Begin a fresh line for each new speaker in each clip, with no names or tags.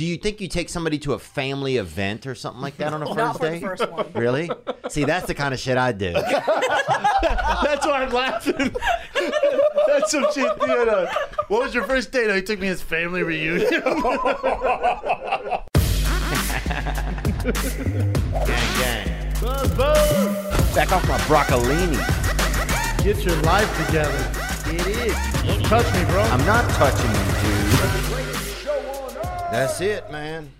Do you think you take somebody to a family event or something like that on a first
Not for the
date?
first one.
Really? See, that's the kind of shit I do.
That's why I'm laughing. That's some shit, Theodore. What was your first date? Oh, he took me to his family reunion.
gang, gang.
Boom!
Back off my broccolini.
Get your life together.
It is.
Don't touch me, bro.
I'm not touching you, dude. That's it, man.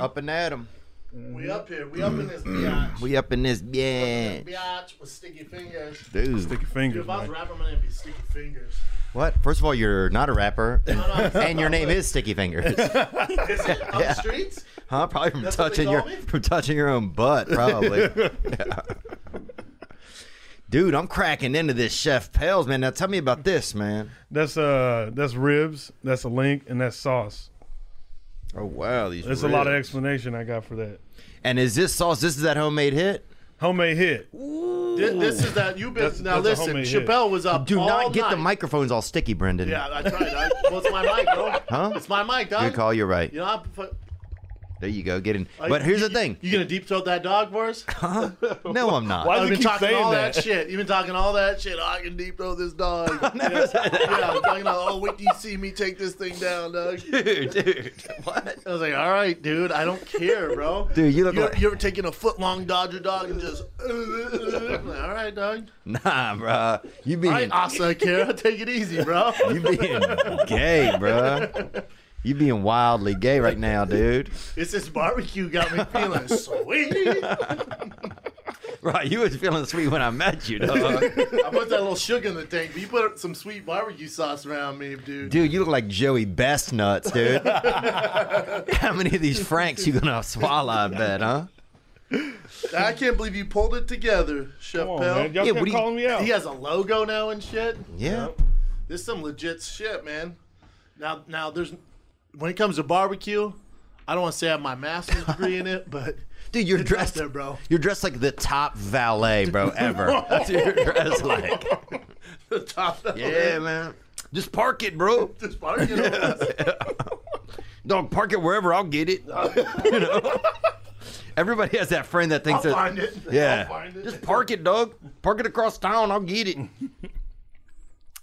Up and at 'em.
we up here. We up in this biatch.
We up in this, yeah.
biatch with sticky fingers.
Dude,
Sticky fingers,
If I was
man.
a rapper, my name would be Sticky Fingers.
what? First of all, you're not a rapper, and your name is Sticky Fingers,
Is it on the streets?
huh? Probably from
That's what they
touching
call
your
me?
from touching your own butt, probably. Yeah. Dude, I'm cracking into this Chef Pels, man. Now tell me about this, man.
That's uh, that's ribs. That's a link, and that's sauce.
Oh wow, these.
There's a lot of explanation I got for that.
And is this sauce? This is that homemade hit.
Homemade hit.
Thi- This is that you've been.
That's-
now
that's a
listen,
homemade hit.
Chappelle was up.
Do
all
not get the
night.
microphones all sticky, Brendan.
Yeah, I tried. I, well, it's my mic, bro.
Huh?
It's my mic, dog.
Good call. You're right.
You know, I'm, fu-
There you go. Get in.
I-
But here's
you-
the thing.
You gonna deep throat that dog for us?
No, I'm not.
Why
I've
does he
been
keep
talking
saying
all that?
that?
shit. You've been talking all that shit. Oh, I can deep throat this dog. yeah. Yeah, I'm talking about. Oh, wait, do you see me take this thing down, dog?
Dude, dude. What?
I was like, all right, dude. I don't care, bro.
Dude, you look
you,
like-
you ever taking a foot long Dodger dog and just? I'm like, all right, dog.
Nah, bro. You
I
being
also care. Take it easy, bro.
you being gay, bro. You being wildly gay right now, dude.
It's this barbecue got me feeling sweet.
Right, you was feeling sweet when I met you,
Uh-huh.
dog.
I put that little sugar in the thing, but you put some sweet barbecue sauce around me, dude.
Dude, you look like Joey Best nuts, dude. How many of these Franks you gonna swallow? I bet, huh?
I can't believe you pulled it together, Chef
Come on,
Pell.
man. Y'all
Yeah, what
kept
do you-
calling me out.
He has a logo now and shit.
Yeah.
This is some legit shit, man. Now, now there's when it comes to barbecue, I don't want to say I have my master's degree in it, but
Dude, you're
it's out
dressed
there, bro.
You're dressed like the top valet, bro, ever. That's what you're dressed like.
The top that
Yeah, man. Just park it, bro.
this barbecue. Yeah.
Dog, park it wherever. I'll get it. you know? Everybody has that friend that
I'll
thinks that.
find it.
Yeah.
I'll find it.
Just park it, dog. Park it across town. I'll get it.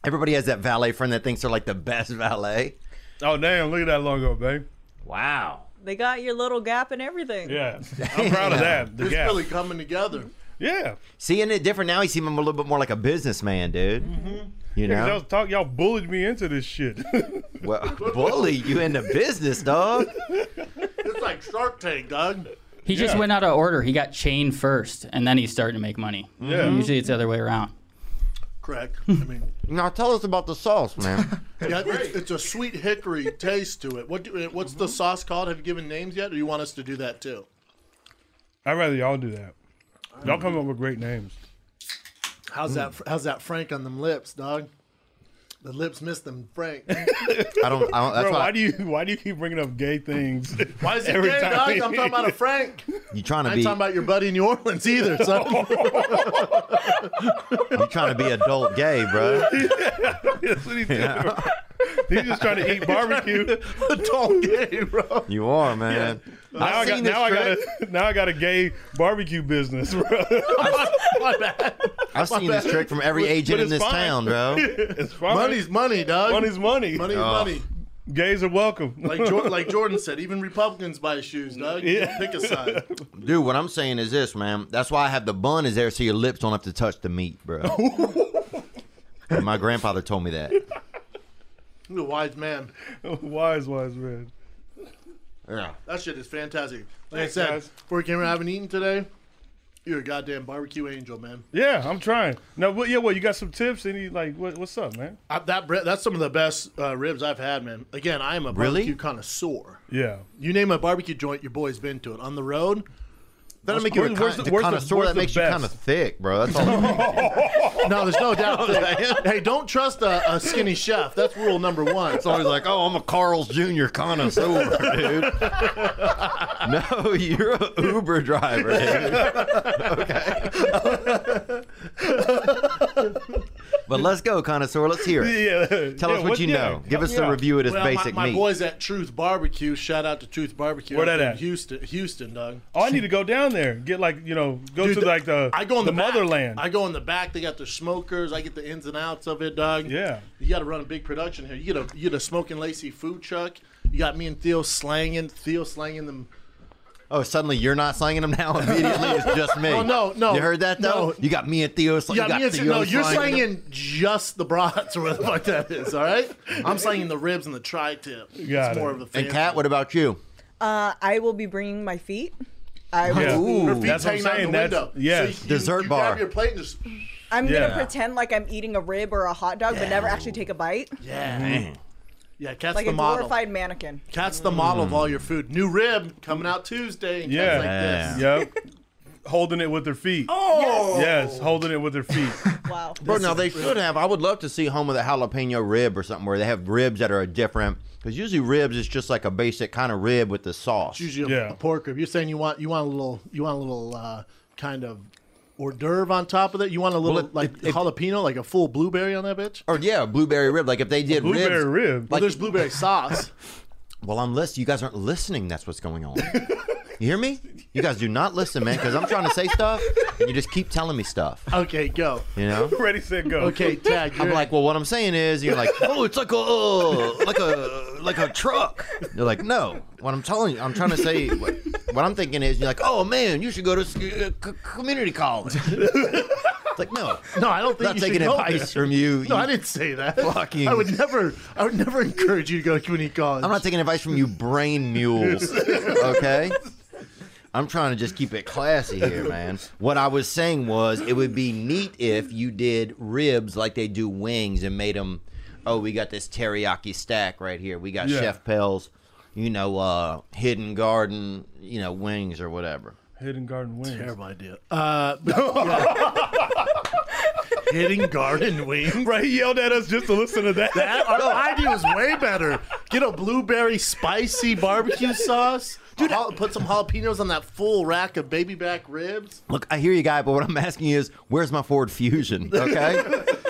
Everybody has that valet friend that thinks they're like the best valet.
Oh damn! Look at that logo, babe.
Wow.
They got your little gap and everything.
Yeah, I'm proud of that. The
It's
gap.
really coming together.
Yeah,
Seeing it different now, you see him a little bit more like a businessman, dude.
Mm-hmm.
You
because y'all
know,
talk, y'all bullied me into this shit.
well, bully you into business, dog.
It's like Shark Tank, dog.
He just
Yeah.
went out of order. He got chained first, and then he started to make money. Mm-hmm.
Yeah.
Usually it's the other way around.
Correct. I mean,
Now tell us about the sauce, man.
yeah, it's, it's a sweet hickory taste to it. What do, what's the sauce called? Have you given names yet, or you want us to do that too?
I'd rather y'all do that. Y'all come up with great names.
How's
Hmm.
that? How's that Frank on them lips, dog? The lips miss them, Frank.
I don't. I don't that's
Bro,
why,
why do you why do you keep bringing up gay things?
Why is it
Every
gay,
time
dog?
he-
I'm talking about a Frank.
you trying to
I
be.
ain't talking about your buddy in New Orleans either, son.
Oh,
you trying to be adult gay, bro.
That's what he's doing. He's just trying to eat barbecue.
Adult gay, bro.
You are, man.
Now I got now I got a now I got a gay barbecue business, bro.
My bad.
I've seen this trick from every agent
But
in
it's
this
fine.
town, bro.
It's fine.
Money's money, dog.
money's money.
money, is
Oh.
money.
Gays are welcome.
Like, Jor- like Jordan said, even Republicans buy shoes, dog.
Yeah.
Pick a side.
Dude, what I'm saying is this, man. That's why I have the bun is there so your lips don't have to touch the meat, bro. And my grandfather told me that.
You're a wise man.
wise, wise man.
Yeah.
That shit is fantastic. Like
Thanks,
I said,
guys.
before we came here, I haven't eaten today. You're a goddamn barbecue angel, man.
Yeah, I'm trying. Now, what, yeah, what you got some tips? Any like, what, what's up, man?
I, that bre- that's some of the best uh, ribs I've had, man. Again, I am a
Really?
barbecue connoisseur.
Yeah,
You name a barbecue joint, your boy's been to it. On the road,
That'll make you a
Where's- where's
con-
the-
the
where's the-
connoisseur.
where's
That
the
makes you
best?
kind of thick, bro. That's all.
no, there's no doubt. that- hey, don't trust a, a skinny chef. That's rule number one.
It's always like, oh, I'm a Carl's Jr. connoisseur, dude. no, you're a Uber driver, dude. Okay. But let's go, connoisseur. Let's hear it.
Yeah.
Tell us what, you know. Give us the review of this
Well,
basic
my, my
meat.
boys at Truth Barbecue. Shout out to Truth Barbecue.
Where
up
that
in
at?
Houston, Houston, dog.
Oh, I need to go down there. Get like you know, go
Dude,
to like the
I go in the, back.
motherland.
I go in the back. They got their smokers. I get the ins and outs of it, dog.
Yeah.
You got to run a big production here. You get a you get a smoking Lacey food truck. You got me and Theo slanging. Theo slanging them.
Oh, suddenly you're not slanging them now. Immediately, it's just me.
No, no, no.
You heard that though?
No.
You got me and Theo. Sl-
You
you
got
got
me and
Theo
no. You're
slanging them.
slanging just the brats or whatever the fuck that is. All right. I'm slanging the ribs and the tri-tip.
Got
it's
it.
more of a
And
fancy.
Kat, what about you?
Uh, I will be bringing my feet. I will.
Yeah.
Her
Ooh,
feet
That's what I'm
hanging out
saying.
the
That's-
window.
yes.
So you-
Dessert
you
bar.
Grab your plate and just
I'm
Yeah.
gonna pretend like I'm eating a rib or a hot dog, but never actually take a bite,
yeah, yeah. Cat's
like
the
a
model.
glorified mannequin.
Cat's the model of all your food. New rib coming out Tuesday. and
Yeah.
Cat's like this.
Yep. holding it with their feet.
Oh.
Yes, holding it with their feet.
Wow.
Bro, now they should have. I would love to see home of the jalapeno rib or something where they have ribs that are different. Because usually ribs is just like a basic kind of rib with the sauce.
usually a-
Yeah.
a pork rib. You're saying you want you want a little you want a little uh, kind of hors d'oeuvre on top of it. You want a little
if-
like
if-
jalapeno, like a full blueberry on that bitch.
Or yeah, a blueberry rib. Like if they did
Blueberry
ribs,
rib.
Like,
There's blueberry sauce.
well, I'm listening. You guys aren't listening. That's what's going on. You hear me? You guys do not listen, man. Because I'm trying to say stuff, and you just keep telling me stuff.
Okay, go.
You know.
Ready, set, go.
Okay, tag.
I'm
you're-
like, well, what I'm saying is, you're like, oh, it's like a uh, like a like a truck. You're like, no. What I'm telling you, I'm trying to say, what, what I'm thinking is, you're like, oh man, you should go to sc- uh, c- community college. it's like, no,
no, I don't think
not
you
taking
should go
advice
there.
from you.
No,
you-
I didn't say that.
Fucking-
I would never. I would never encourage you to go to community college.
I'm not taking advice from you, brain mules. Okay. I'm trying to just keep it classy here, man. What I was saying was it would be neat if you did ribs like they do wings and made them. Oh, we got this teriyaki stack right here. We got
Yeah.
Chef Pell's, you know, uh, Hidden Garden, you know, wings or whatever.
Hidden Garden wings.
Terrible idea. Uh, hitting garden wings.
Right, he yelled at us just to listen to that.
That our idea was way better. Get a blueberry spicy barbecue sauce. Dude, put some jalapenos on that full rack of baby back ribs.
Look, I hear you, guy, but what I'm asking is, where's my Ford Fusion? Okay,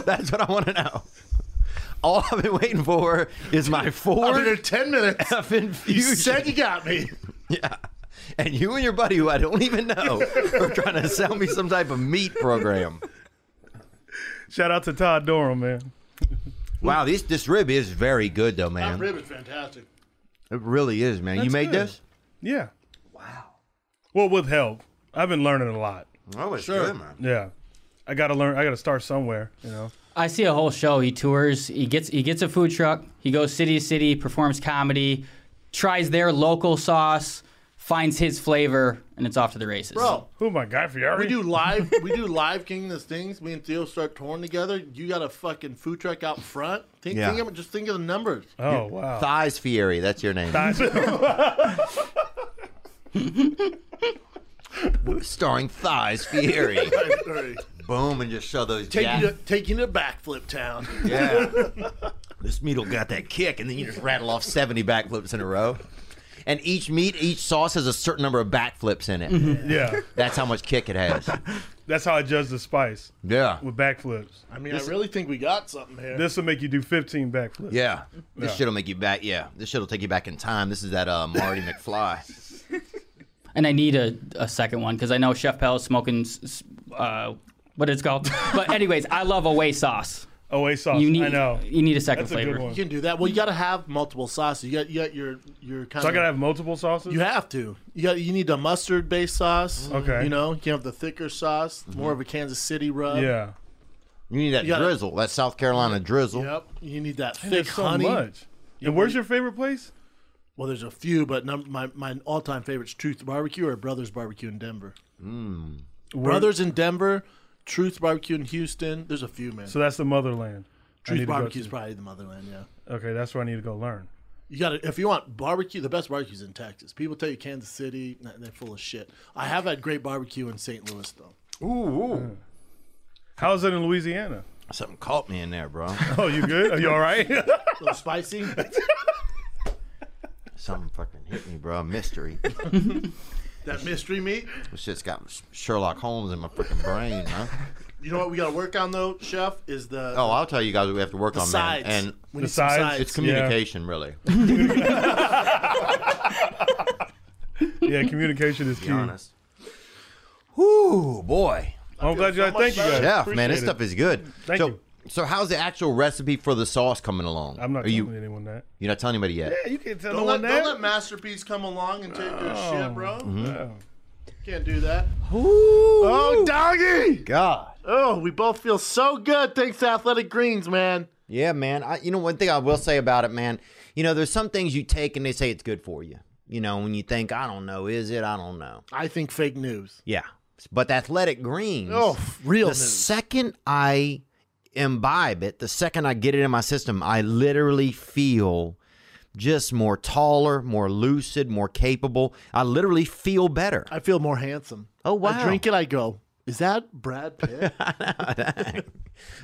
that's what I want to know. All I've been waiting for is my
I've been
Ford
here ten minutes.
effing
You
Fusion.
said you got me.
Yeah. And you and your buddy, who I don't even know, are trying to sell me some type of meat program.
Shout out to Todd Durham, man.
Wow, this this rib is very good though,
That
man.
rib is fantastic.
It really is, man. you
That's
made
good.
this?
Yeah. Wow. Well, with help, I've been learning a lot.
Oh, it's good, man.
Yeah. I gotta learn. I gotta start somewhere. You know.
I see a whole show. He tours. He gets he gets a food truck. He goes city to city, performs comedy, tries their local sauce, finds his flavor, and it's off to the races.
Bro,
Who am I, Guy Fieri?
we do live we do live King of the Things. Me and Theo start touring together. You got a fucking food truck out front. Think,
Yeah.
think of, just think of the numbers.
Oh wow.
Thighs Fieri, that's your name. Starring Thighs Fieri. Boom, and just show those
Take
jack-
you to take you to backflip town.
Yeah. this meat'll got that kick, and then you just rattle off 70 backflips in a row. And each meat, each sauce has a certain number of backflips in it.
Mm-hmm. yeah.
That's how much kick it has.
That's how I judge the spice
Yeah.
with backflips.
I mean, I really think we got something here.
This will make you do 15 backflips.
Yeah. This
Yeah.
shit'll make you back. Yeah. This shit'll take you back in time. This is that uh, Marty McFly.
And I need a, a second one because I know Chef Pell is smoking s- s- uh, what it's called. but anyways, I love away sauce.
Away sauce.
You need
I know.
you need a second
That's a
flavor.
good one.
You can do that. Well, you got to have multiple sauces. You got you got your your kind.
So I
of,
gotta have multiple sauces. Mm.
You have to. You got you need a mustard based sauce.
Okay. Mm-hmm.
You know, you can have the thicker sauce, more of a Kansas City rub.
yeah.
You need that
Yeah.
drizzle. That South Carolina drizzle.
Yep. You need that thick
There's so
honey.
much. And where's your favorite place?
Well, there's a few, but num- my my all time favorites: Truth Barbecue or Brothers Barbecue in Denver. Brothers in Denver, Truth Barbecue in Houston. There's a few, man.
So that's the motherland. I need
Truth
to go
Barbecue is
to.
probably the motherland. Yeah.
Okay, that's where I need to go learn.
You got to if you want barbecue, the best barbecue's in Texas. People tell you Kansas City, nah, they're full of shit. I have had great barbecue in St. Louis though.
How is it in Louisiana?
Something caught me in there, bro.
Oh, you good? Are you all right?
A little spicy.
Something fucking hit me, bro. Mystery.
that mystery meat.
this shit's got Sherlock Holmes in my freaking brain, huh?
You know what we got to work on though, chef, is the
Oh, I'll tell you guys what we have to work
the
on,
sides.
man. And
we
The
need some
sides?
it's
Yeah.
communication, really.
Yeah, communication is key.
be honest. Whoo, boy.
I'm glad you.
so much
thank you guys.
better.
Chef,
Appreciate
man, this
it.
stuff is good.
Thank
so,
you.
so how's the actual recipe for the sauce coming along?
I'm not
Are
telling
you,
anyone that.
you're not telling anybody yet.
Yeah, you can't tell
Don't
no
let,
one that.
don't let masterpiece come along and take their shit, bro.
Oh.
Can't do that.
Oh,
doggy!
God.
Oh, we both feel so good. Thanks, to Athletic Greens, man.
Yeah, man. I, you know, one thing I will say about it, man, you know, there's some things you take and they say it's good for you. You know, when you think, I don't know, is it? I don't know.
I think fake news.
Yeah. But the athletic greens.
Oh, real
the
news.
second I imbibe it, the second I get it in my system, I literally feel just more taller, more lucid, more capable. I literally feel better.
I feel more handsome.
Oh, wow.
I drink it. I go. Is that Brad Pitt?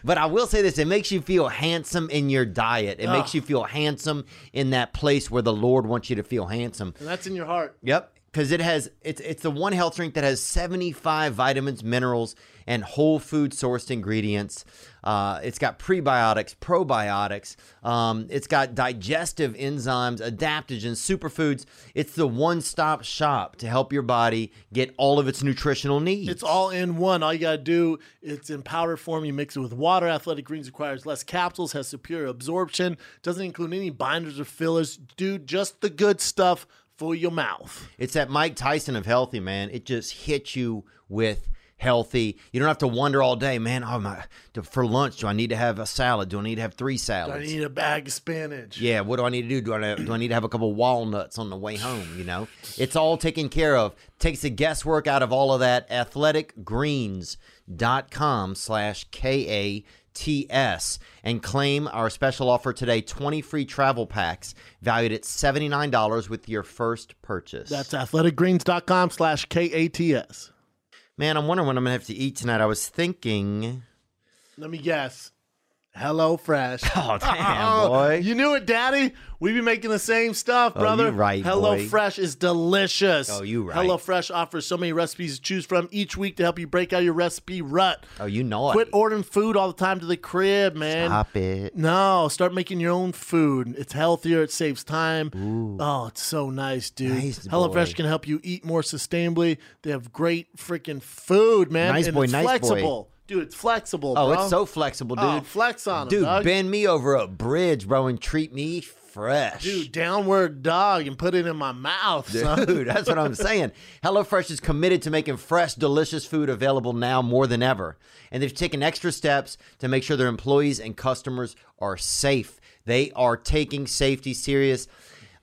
But I will say this it makes you feel handsome in your diet.
Ah.
It makes you feel handsome in that place where the Lord wants you to feel handsome.
and that's in your heart.
Yep, because it has it's it's the one health drink that has seventy five vitamins, minerals, and whole food sourced ingredients. Uh, it's got prebiotics, probiotics. Um, it's got digestive enzymes, adaptogens, superfoods. It's the one stop shop to help your body get all of its nutritional needs.
It's all in one. All you gotta do, it's in powder form. You mix it with water. Athletic Greens requires less capsules, has superior absorption, doesn't include any binders or fillers. Do just the good stuff for your mouth.
It's that Mike Tyson of healthy, man. It just hits you with healthy. You don't have to wonder all day, man. Oh my! do- For lunch, do I need to have a salad? Do I need to have three
I
salads?
need a bag of spinach.
Yeah, what do I need to do? Do I do I need to have a couple walnuts on the way home? You know, it's all taken care of. Takes the guesswork out of all of that. Athleticgreens.com slash K A T S and claim our special offer today 20 free travel packs valued at $79 with your first purchase.
That's athleticgreens.com slash K-A-T-S.
Man, I'm wondering what I'm going to have to eat tonight. I was thinking.
Let me guess. Hello Fresh.
Oh, damn,
Oh,
boy. Oh,
You knew it, Daddy. We be making the same stuff, brother.
you right,
Hello
boy.
Fresh is delicious.
Oh, you right.
Hello Fresh offers so many recipes to choose from each week to help you break out your recipe rut.
oh, you know it.
Quit ordering food all the time to the crib, man.
Stop it.
No, start making your own food. It's healthier. It saves time. Oh, it's so nice, dude.
Nice boy.
HelloFresh can help you eat more sustainably. They have great freaking food, man.
Nice
and
boy,
it's
nice boy.
flexible. Dude, it's flexible,
Oh,
bro.
it's so flexible, dude.
Oh, flex on 'em,
Dude,
dog.
bend me over a bridge, bro, and treat me fresh.
Dude, downward dog and put it in my mouth, son.
Dude, that's what I'm saying. HelloFresh is committed to making fresh, delicious food available now more than ever. And they've taken extra steps to make sure their employees and customers are safe. They are taking safety serious.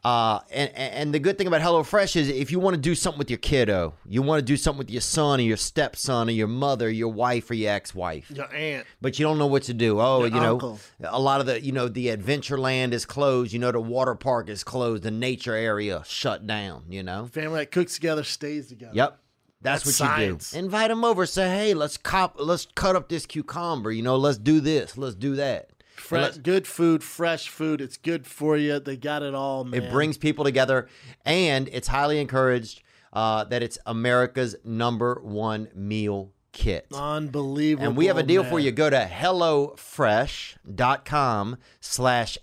Uh, and, and the good thing about HelloFresh is if you want to do something with your kiddo, you want to do something with your son or your stepson or your mother, your wife or your ex-wife
Your aunt.
but you don't know what to do. Oh, you know,
uncle.
a lot of the you know the adventure land is closed. You know, the water park is closed. The nature area shut down. You know.
Family that cooks together stays together.
Yep. That's,
That's
what
science.
you do. Invite them over. Say, hey, let's cop. Let's cut up this cucumber. You know, let's do this. Let's do that. And
Fre-
let's-
good food, fresh food. It's good for you. They got it all, man.
It brings people together, and it's highly encouraged uh, that it's America's number one meal kit.
Unbelievable.
And we have a deal for
man.
you. Go to HelloFresh.com slash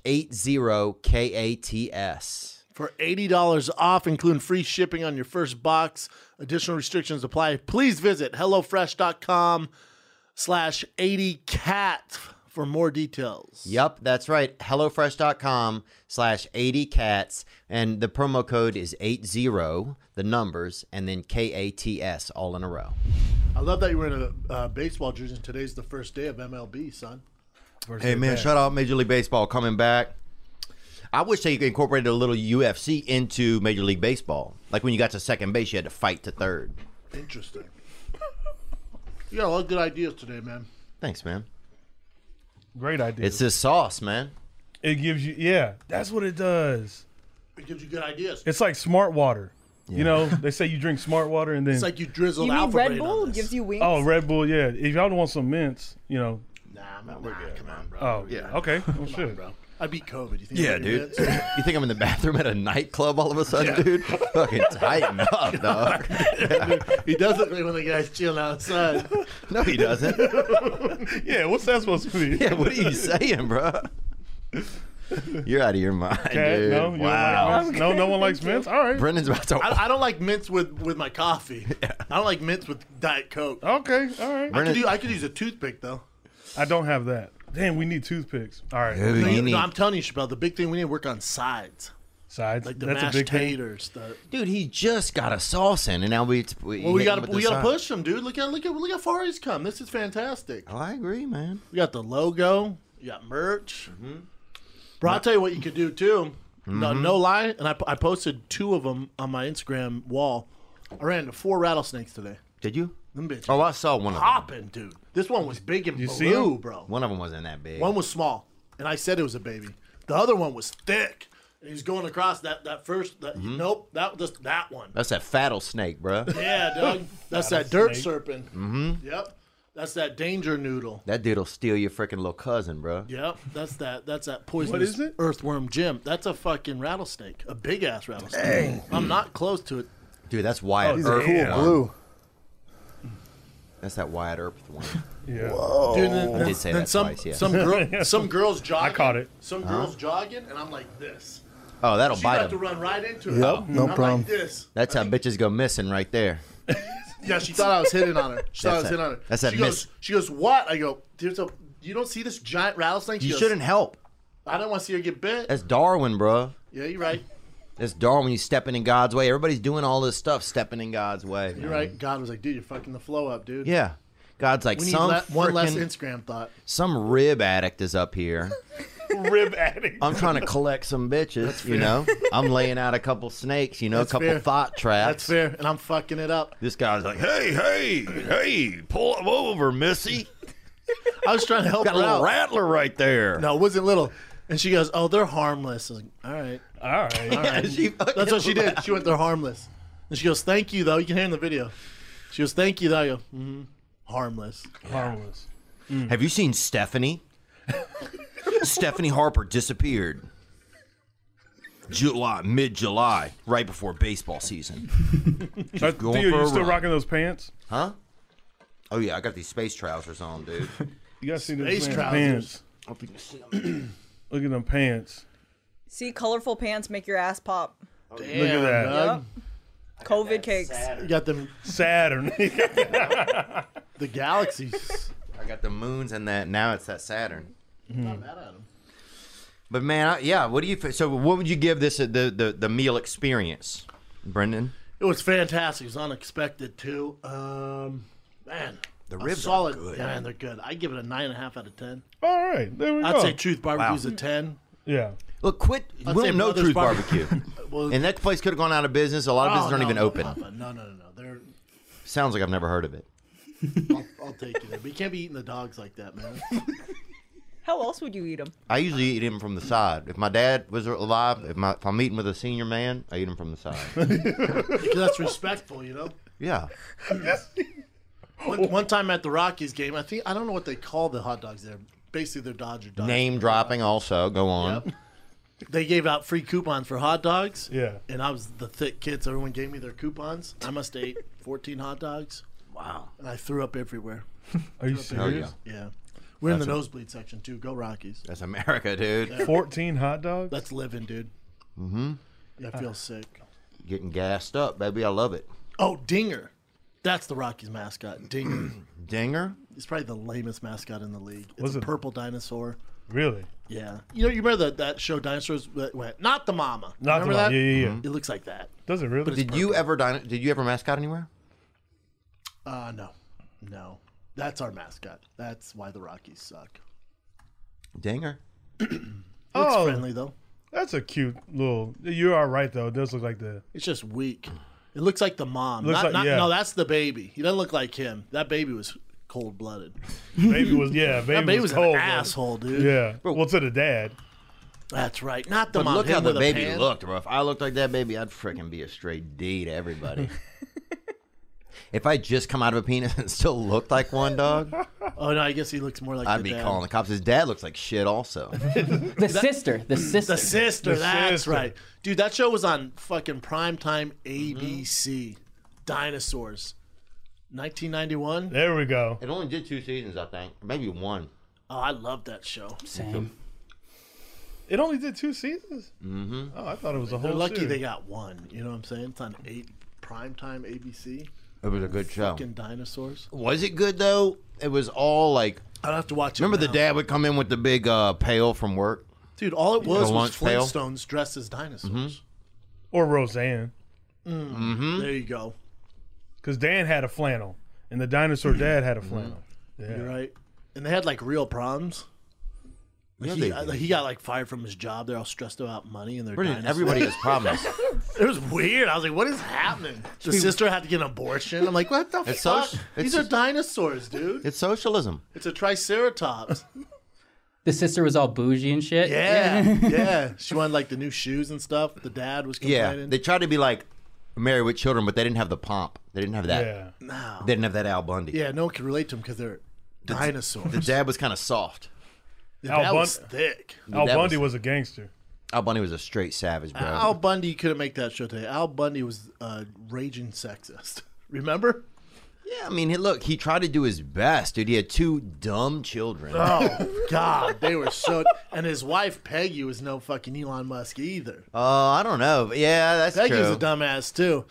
80KATS.
for $80 off, including free shipping on your first box. Additional restrictions apply. Please visit HelloFresh.com slash 80cat for more details.
Yep, that's right. HelloFresh.com slash 80KATS. And the promo code is 80, the numbers, and then KATS all in a row.
I love that you were in a uh, baseball jersey, and today's the first day of MLB, son.
Hey, man, shout out Major League Baseball coming back. I wish they incorporated a little UFC into Major League Baseball. Like when you got to second base, you had to fight to third.
Interesting. You got a lot of good ideas today, man.
Thanks, man.
Great idea.
It's this sauce, man.
it gives you. Yeah, that's what it does.
It gives you good ideas. It's
It's like smart water. You know, they say you drink smart water and then
like you drizzle
You mean
Alpha
Red
Brain
Bull
on this.
gives you wings?
oh Red Bull. Yeah, if y'all want some mints, you know.
Nah, man, we're good. Come on, bro.
Oh,
Oh yeah. Okay. Well, shit.
bro. I beat COVID. You think
Yeah,
I'm
dude.
idiots?
you think I'm in the bathroom at a nightclub all of a sudden, dude? Fucking tighten up, dog.
he does it when the guy's chilling outside.
No, he doesn't.
Yeah, what's that supposed to be?
Yeah, what are you saying, bro? You're out of your mind,
Cat?
dude.
No, you don't
wow.
like mints? no, no one likes mints. All right,
Brendan's about to.
I, I don't like mints with, with my coffee. I don't like mints with Diet Coke.
okay, all right.
I, could
Brennan-
do, I could use a toothpick though.
I don't have that. Damn, we need toothpicks. All right,
Dude,
No,
you
you-
need-
no, I'm telling you, Chappelle. The big thing we need to work on sides,
sides.
like the
That's a
mashed
big thing.
taters. The,
dude, he just got a sauce in, and now we. We,
well, we
hit him
got
with
we
the
got
side.
to push them, dude. Look at look at look how far he's come. This is fantastic.
Oh, I agree, man.
We got the logo. You got merch. hmm? Bro, I'll tell you what you could do too. No,
Mm-hmm.
no lie. And I, I posted two of them on my Instagram wall. I ran into four rattlesnakes today.
Did you?
Them bitches
Oh, I saw one of them.
popping, dude. This one was big and
see
blue,
'em?
bro.
One of them wasn't that big.
One was small, and I said it was a baby. The other one was thick. And he was going across that that first. That,
Mm-hmm.
Nope, that just that one.
That's that fattle snake, bro.
Yeah, dog. That's that dirt
snake.
serpent. Mm-hmm. Yep. That's that danger noodle.
that dude'll steal your freaking little cousin, bro.
Yep. That's that. That's that poisonous
is it?
earthworm Jim. That's a fucking rattlesnake. A big ass rattlesnake. I'm not close to it.
Dude, that's Wyatt
Oh,
he's a
Earp.
cool
one.
Blue.
That's that Wyatt Earp one.
Yeah.
Dude, and then,
I did say
then
that
some
twice, yeah.
some girl some girls jogging.
I caught it.
Some girls jogging, and I'm like this.
Oh, that'll
She's
bite
about to
him.
run right into it.
Yep, no
I'm
problem.
Like this.
That's how bitches go missing right there.
Yeah, she thought I was hitting on her. She thought I
That's that-
was hitting on her.
that's
she
that
goes,
miss-
She goes, what? I go, there's a. You don't see this giant rattlesnake? She
You
goes,
shouldn't help.
I don't want to see her get bit.
That's Darwin, bro.
yeah, you're right.
That's Darwin. You stepping in God's way. Everybody's doing all this stuff, stepping in God's way.
You're right. God was like, dude, you're fucking the flow up, dude.
Yeah. God's like
We need
some
le- one less
frickin-
Instagram thought.
some rib addict is up here.
Rib addict.
I'm trying to collect some bitches, you know. I'm laying out a couple snakes, you know, a
That's
couple
fair.
thought traps.
That's fair, and I'm fucking it up.
This guy's like, hey, hey, hey, pull him over, Missy.
I was trying to help
Got a
her
little
out.
rattler right there.
No, it wasn't little. And she goes, "Oh, they're harmless." I was like, all right,
All right.
all right.
she fucking
That's what she did. She went, "They're harmless." And she goes, "Thank you, though." You can hear in the video. She goes, "Thank you, though." I go, mm, harmless.
Harmless.
Mm.
Have you seen Stephanie? Stephanie Harper disappeared. July, mid July, right before baseball season.
Uh,
going
Theo,
for a
you still
run.
rocking those pants?
Huh? Oh, yeah, I got these space trousers on, dude.
You gotta see
Space
those
trousers.
pants. Look at them pants.
See, colorful pants make your ass pop.
Damn,
Look at that.
dog.
COVID cakes.
You got them
Saturn.
the galaxies.
I got the moons and that. Now it's that Saturn.
Hmm.
Not mad at him.
But man, I, yeah. What do you? So what would you give this uh, the the, the meal experience, Brendan?
It was fantastic. It was unexpected too. Um, man,
The
a
ribs are
solid.
good.
Man, they're good. I give it a nine and a half out of ten.
All right. There we
I'd
go.
say Truth Barbecue's a ten.
yeah.
Look, quit.
I'd
we
say
don't know
Brothers
Truth
Barbecue.
Barbecue,
Well, Oh,
and that place could have gone out of business. A lot of businesses
no,
aren't even
no,
open.
Papa. No, no, no, no. They're,
Sounds like I've never heard of it.
I'll, I'll take you there. But you can't be eating the dogs like that, man.
How else would you eat them?
I usually eat him from the side. If my dad was alive, if, my, if I'm eating with a senior man, I eat him from the side.
Because that's respectful, you know.
yeah,
One, one time at the Rockies game, I think I don't know what they call the hot dogs there. Basically, they're Dodger dogs.
name dropping. Also, go on.
Yep. They gave out free coupons for hot dogs.
Yeah.
And I was the thick kid, so everyone gave me their coupons. I must have ate 14 hot dogs. Wow. And I threw up everywhere.
Are you
Hell yeah,
serious?
Yeah. We're in the nosebleed section too. Go Rockies.
that's America, dude.
14 hot dogs?
That's living, dude. Mm-hmm.
Ah.
I feel sick.
Getting gassed up, baby. I love it.
Oh, Dinger. That's the Rockies mascot. Dinger.
Dinger.
He's probably the lamest mascot in the league. It's
Was
a
it?
purple dinosaur.
Really?
Yeah. You know, you remember that, that show Dinosaurs that went, not the mama.
Not
remember
the
that?
Yeah, yeah, yeah.
It looks like that.
Does it really?
Did you ever dine, Did you ever mascot anywhere?
Uh, no. No. That's our mascot. That's why the Rockies suck.
Dinger.
It's
Oh.
friendly, though.
That's a cute little. You are right though. It does look like the.
It's just weak. It looks like the mom.
Looks
Um, not,
like-
not,
yeah.
No, that's the baby. He doesn't look like him. That baby was cold blooded.
Baby was yeah. Baby,
That baby was,
cold.
an
though.
asshole, dude.
Yeah. Well, to the dad.
That's right. Not the
But
mom.
look how
him
the
with a
baby
pan.
looked, bro. If I looked like that baby, I'd freaking be a straight D to everybody. if I just come out of a penis and still looked like one dog,
Oh no, I guess he looks more like.
I'd
the
be
dad.
calling the cops. His dad looks like shit, also.
The sister, the sister.
the sister.
The
that's
sister.
right, dude. That show was on fucking primetime ABC. Dinosaurs, 1991.
There we go.
it only did two seasons, I think, maybe one.
Oh, I love that show.
Same.
It only did two seasons. Mm-hmm. Oh, I thought it was a whole.
They're lucky
series.
they got one. You know what I'm saying? It's on eight primetime ABC.
It was a good show.
Fucking dinosaurs.
Was it good though? It was all like.
I'd have to watch.
Remember
it
the
now.
dad would come in with the big uh, pail from work.
dude. All it was
The
was
lunch pail?
Flintstones dressed as
Mm-hmm.
dinosaurs.
or Roseanne,
There you go.
because Dan had a flannel and the dinosaur dad had a
Mm-hmm.
flannel. Yeah.
You're right. And they had like real problems. Like,
Yeah,
he,
they
uh,
did.
he got like fired from his job. They're all stressed about money and they're
Pretty-
dinosaurs.
Everybody has problems.
It was weird. I was like, "What is happening?" The sister had to get an abortion. I'm like, "What the
It's
fuck?
soci-
These
it's-
are dinosaurs, dude.
it's socialism.
It's a triceratops."
The sister was all bougie and shit.
Yeah, yeah. She wanted like the new shoes and stuff. The dad was
Yeah,
complaining.
they tried to be like married with children, but they didn't have the pomp. They didn't have that.
Yeah.
no.
They didn't have that Al Bundy.
yeah, no one could relate to them because they're dinosaurs.
The dad was kind of soft.
The
Al
dad was
Bun-
thick.
Al
That
Bundy
was-
was a gangster.
Al Bundy was a straight savage, bro.
Al Bundy couldn't make that show today. Al Bundy was uh, raging sexist. Remember?
yeah, I mean, he, look, he tried to do his best, dude. He had two dumb children.
Oh God, they were so. And his wife Peggy was no fucking Elon Musk either.
Oh, I don't know. but Yeah, that's
Peggy
true.
was a dumbass too.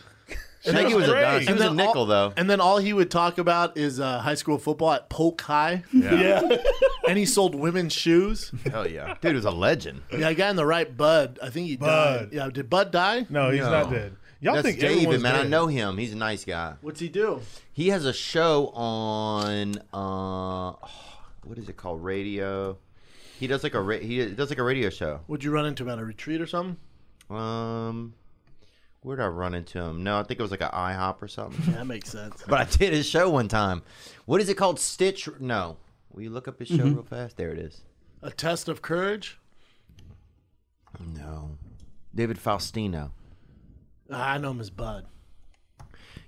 Peggy was a
Great.
dumb. She
And
was a
then
nickel,
all-
though.
And then all he would talk about is uh, high school football at Polk High.
Yeah.
and he sold women's shoes.
Hell yeah, dude was a legend.
Yeah, I got in the right Bud. I think he
Bud.
died. Yeah, did Bud die?
No, he's
No.
not dead. Y'all
That's
think
David,
everyone's
man. I
dead.
know him. He's a nice guy.
What's he do?
He has a show on uh, what is it called? Radio. He does like a ra- he does like a radio show.
Would you run into him at a retreat or something?
Um, where did I run into him? No, I think it was like an IHOP or something.
That makes sense.
but I did his show one time. What is it called? Stitch? No. Will you look up his show real fast? There it is.
Mm-hmm. A test of courage.
No. David Faustino.
Ah, I know him as Bud.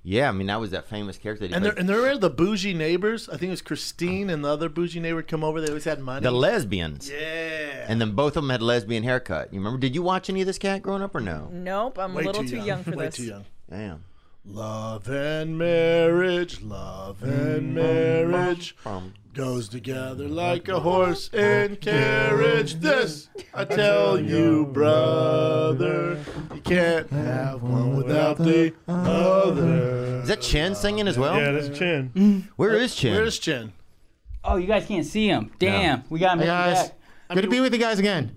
Yeah, I mean that was that famous character. That he
And there,
played.
and there were the bougie neighbors. I think it was Christine and the other bougie neighbor would come over. They always had money.
the lesbians.
yeah.
And then both of them had lesbian haircut. You remember? Did you watch any of this cat growing up or no?
Nope, I'm a little too young, for
Way
this.
too young.
Damn.
Love and marriage, love
Mm,
and marriage
Um,
goes together like a horse
Mm,
and carriage. This I tell you, brother, you can't have one without the other.
is that Chen singing as well?
Yeah, that's Chin.
Where is Chen?
Where's Jen?
Oh, you guys can't see him. Damn, we got him.
Hey
at the
guys,
back.
good to be with you guys again.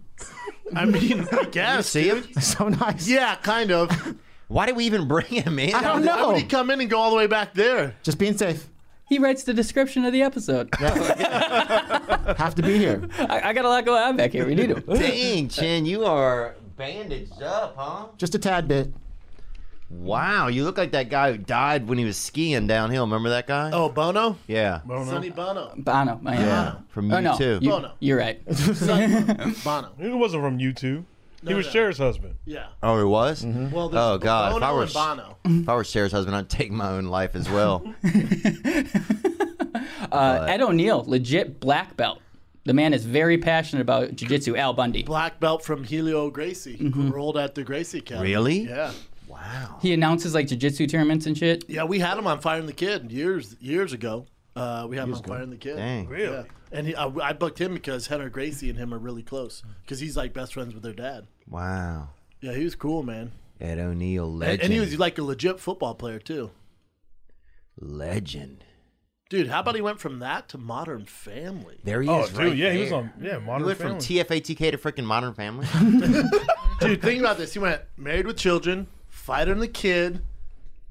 I mean, I guess.
See him?
So nice.
Yeah, kind of.
Why did we even bring him in?
I don't
Why would
know.
he come in and go all the way back there?
Just being safe.
He writes the description of the episode.
Have to be here.
I, I got a lot going on back here. We need him.
Dang, Chen, you are bandaged up, huh?
Just a tad bit.
Wow, you look like that guy who died when he was skiing downhill. Remember that guy?
Oh, Bono?
yeah.
I don't know.
Sonny Bono.
Bono. I am.
Yeah, from
Oh, no.
U2.
You,
Oh, no.
You're right.
Sonny Bono. Bono.
He wasn't from U two. He was
no.
Cher's husband.
Yeah.
oh, it was?
Mm-hmm. Well, there's
Oh, God. If I,
Bono
were,
and Bono.
if I were Cher's husband, I'd take my own life as well.
Uh, Ed O'Neill, legit black belt. The man is very passionate about jiu-jitsu. Al Bundy.
black belt from Helio Gracie,
Mm-hmm.
who rolled at the Gracie Academy.
Really?
Yeah.
wow.
He announces like jiu-jitsu tournaments and shit.
Yeah, we had him on Fire and the Kid years years ago. Uh, we had him on Fire and the Kid.
Dang.
Really?
Yeah. And he, I, I booked him because Heather Gracie and him are really close because he's like best friends with their dad.
Wow.
Yeah, he was cool, man.
Ed O'Neill, legend.
And, and he was like a legit football player, too.
legend.
Dude, how about he went from that to Modern Family?
There he
Oh,
is.
dude,
right
yeah, he was
there.
on. Yeah,
He
Modern
went
Family.
from TFATK to freaking Modern Family.
Dude, think about this. He went married with children, fighter and the kid,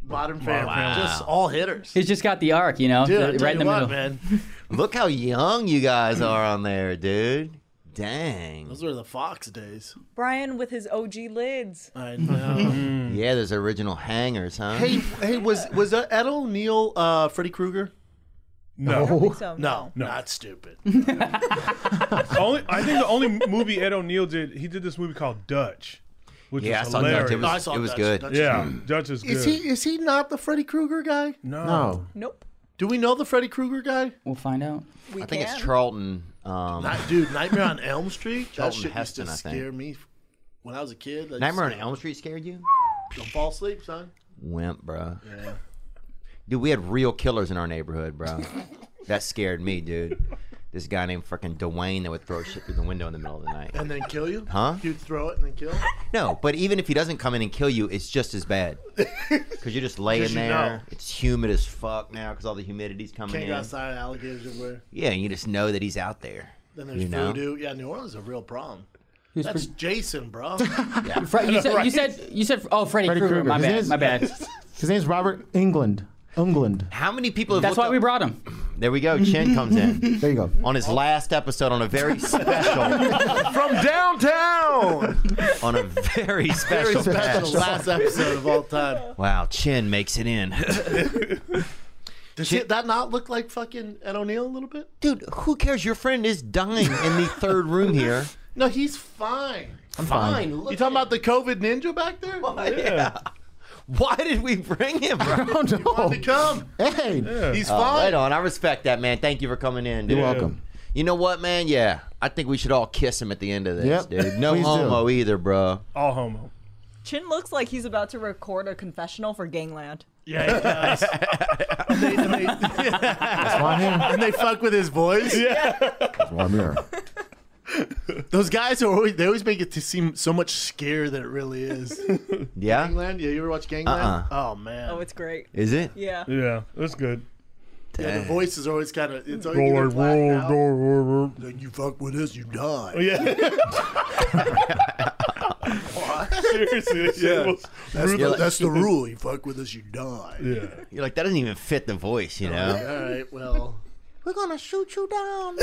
Modern Family. Just all hitters.
He's just got the arc, you know,
Dude,
the-
I tell
right in
you
the
what,
middle.
man.
Look how young you guys are on there, dude. Dang.
Those were the Fox days.
Brian with his OG lids.
I know.
Yeah, there's original hangers, huh?
Mm. Hey, hey, was was uh, Ed O'Neill uh, Freddy Krueger?
no,
So
No, not stupid.
only I think the only movie Ed O'Neill did. He did this movie called Dutch, which
Yeah,
is
I saw Dutch. It
hilarious.
was- it good.
Dutch is
yeah, Dutch is good.
Is he is he not the Freddy Krueger guy?
No.
No.
Nope.
Do we know the Freddy Krueger guy?
We'll find out.
We
I think
can.
it's Charlton. Um,
Not, dude, Nightmare on Elm Street. That
Charlton
shit used
Heston,
to
I think.
scare me when I was a kid. I just-
Nightmare on Elm Street scared you?
Don't fall asleep, son.
Wimp, bro. Dude, we had real killers in our neighborhood, bro. that scared me, dude. This guy named freaking Dwayne that would throw shit through the window in the middle of the night.
And then kill you?
Huh?
You'd throw it and then kill.
No, but even if he doesn't come in and kill you, it's just as bad. Because you're just laying
you
there.
know.
It's humid as fuck now because all the humidity's coming
Can't
in.
go outside. Alligators everywhere.
Yeah, and you just know that he's out there.
Then there's
You know?
voodoo. Yeah, New Orleans is a real problem.
Who's
That's
Fre-
Jason, bro.
Fre- you, said, you said you said oh Freddy,
Freddy
Krueger.
Krueger.
My
His
bad.
name's-
My bad.
His name's Robert England. England.
How many people have
That's
looked
why
up-
we brought him.
There we go. Chen comes in
There you go.
on his last episode on a very special,
From downtown.
on a very
Very
special,
special.
patch.
Last episode of all time.
Wow, Chin makes it in.
Does he- that not look like fucking Ed O'Neill a little bit?
Dude, who cares? Your friend is dying in the third room here.
No, he's fine.
I'm fine.
Look
You talking about the COVID ninja back there?
at- yeah. Why did we bring him, bro?
Oh, no.
To come.
Hey.
He's
Oh,
fine.
right on. I respect that, man. Thank you for coming in, dude.
You're welcome.
You know what, man? Yeah, I think we should all kiss him at the end of this,
Yep.
dude. No
Please do.
homo either, bro.
All homo.
Chin looks like he's about to record a confessional for Gangland.
Yeah, he does. and, they, and, they,
That's why I'm here.
and they fuck with his voice.
That's why I'm here.
Those guys are always, they always make it to seem so much scarier than it really is.
Yeah,
Gangland? Yeah, you ever watch Gangland?
Uh-uh.
Oh, man.
Oh, it's great.
is it?
Yeah.
Yeah, that's good.
yeah, the voice is always kind of, it's always
Roar,
roar,
roar, roar, roar, roar. Oh,
Then you fuck with us, you die.
Yeah. Seriously, that shit
Yeah.
was
That's,
Yeah,
the,
like-
that's the rule. You fuck with us, you die.
Yeah.
You're like that doesn't even fit the voice, you
Oh,
know?
All right, well.
We're gonna shoot you down,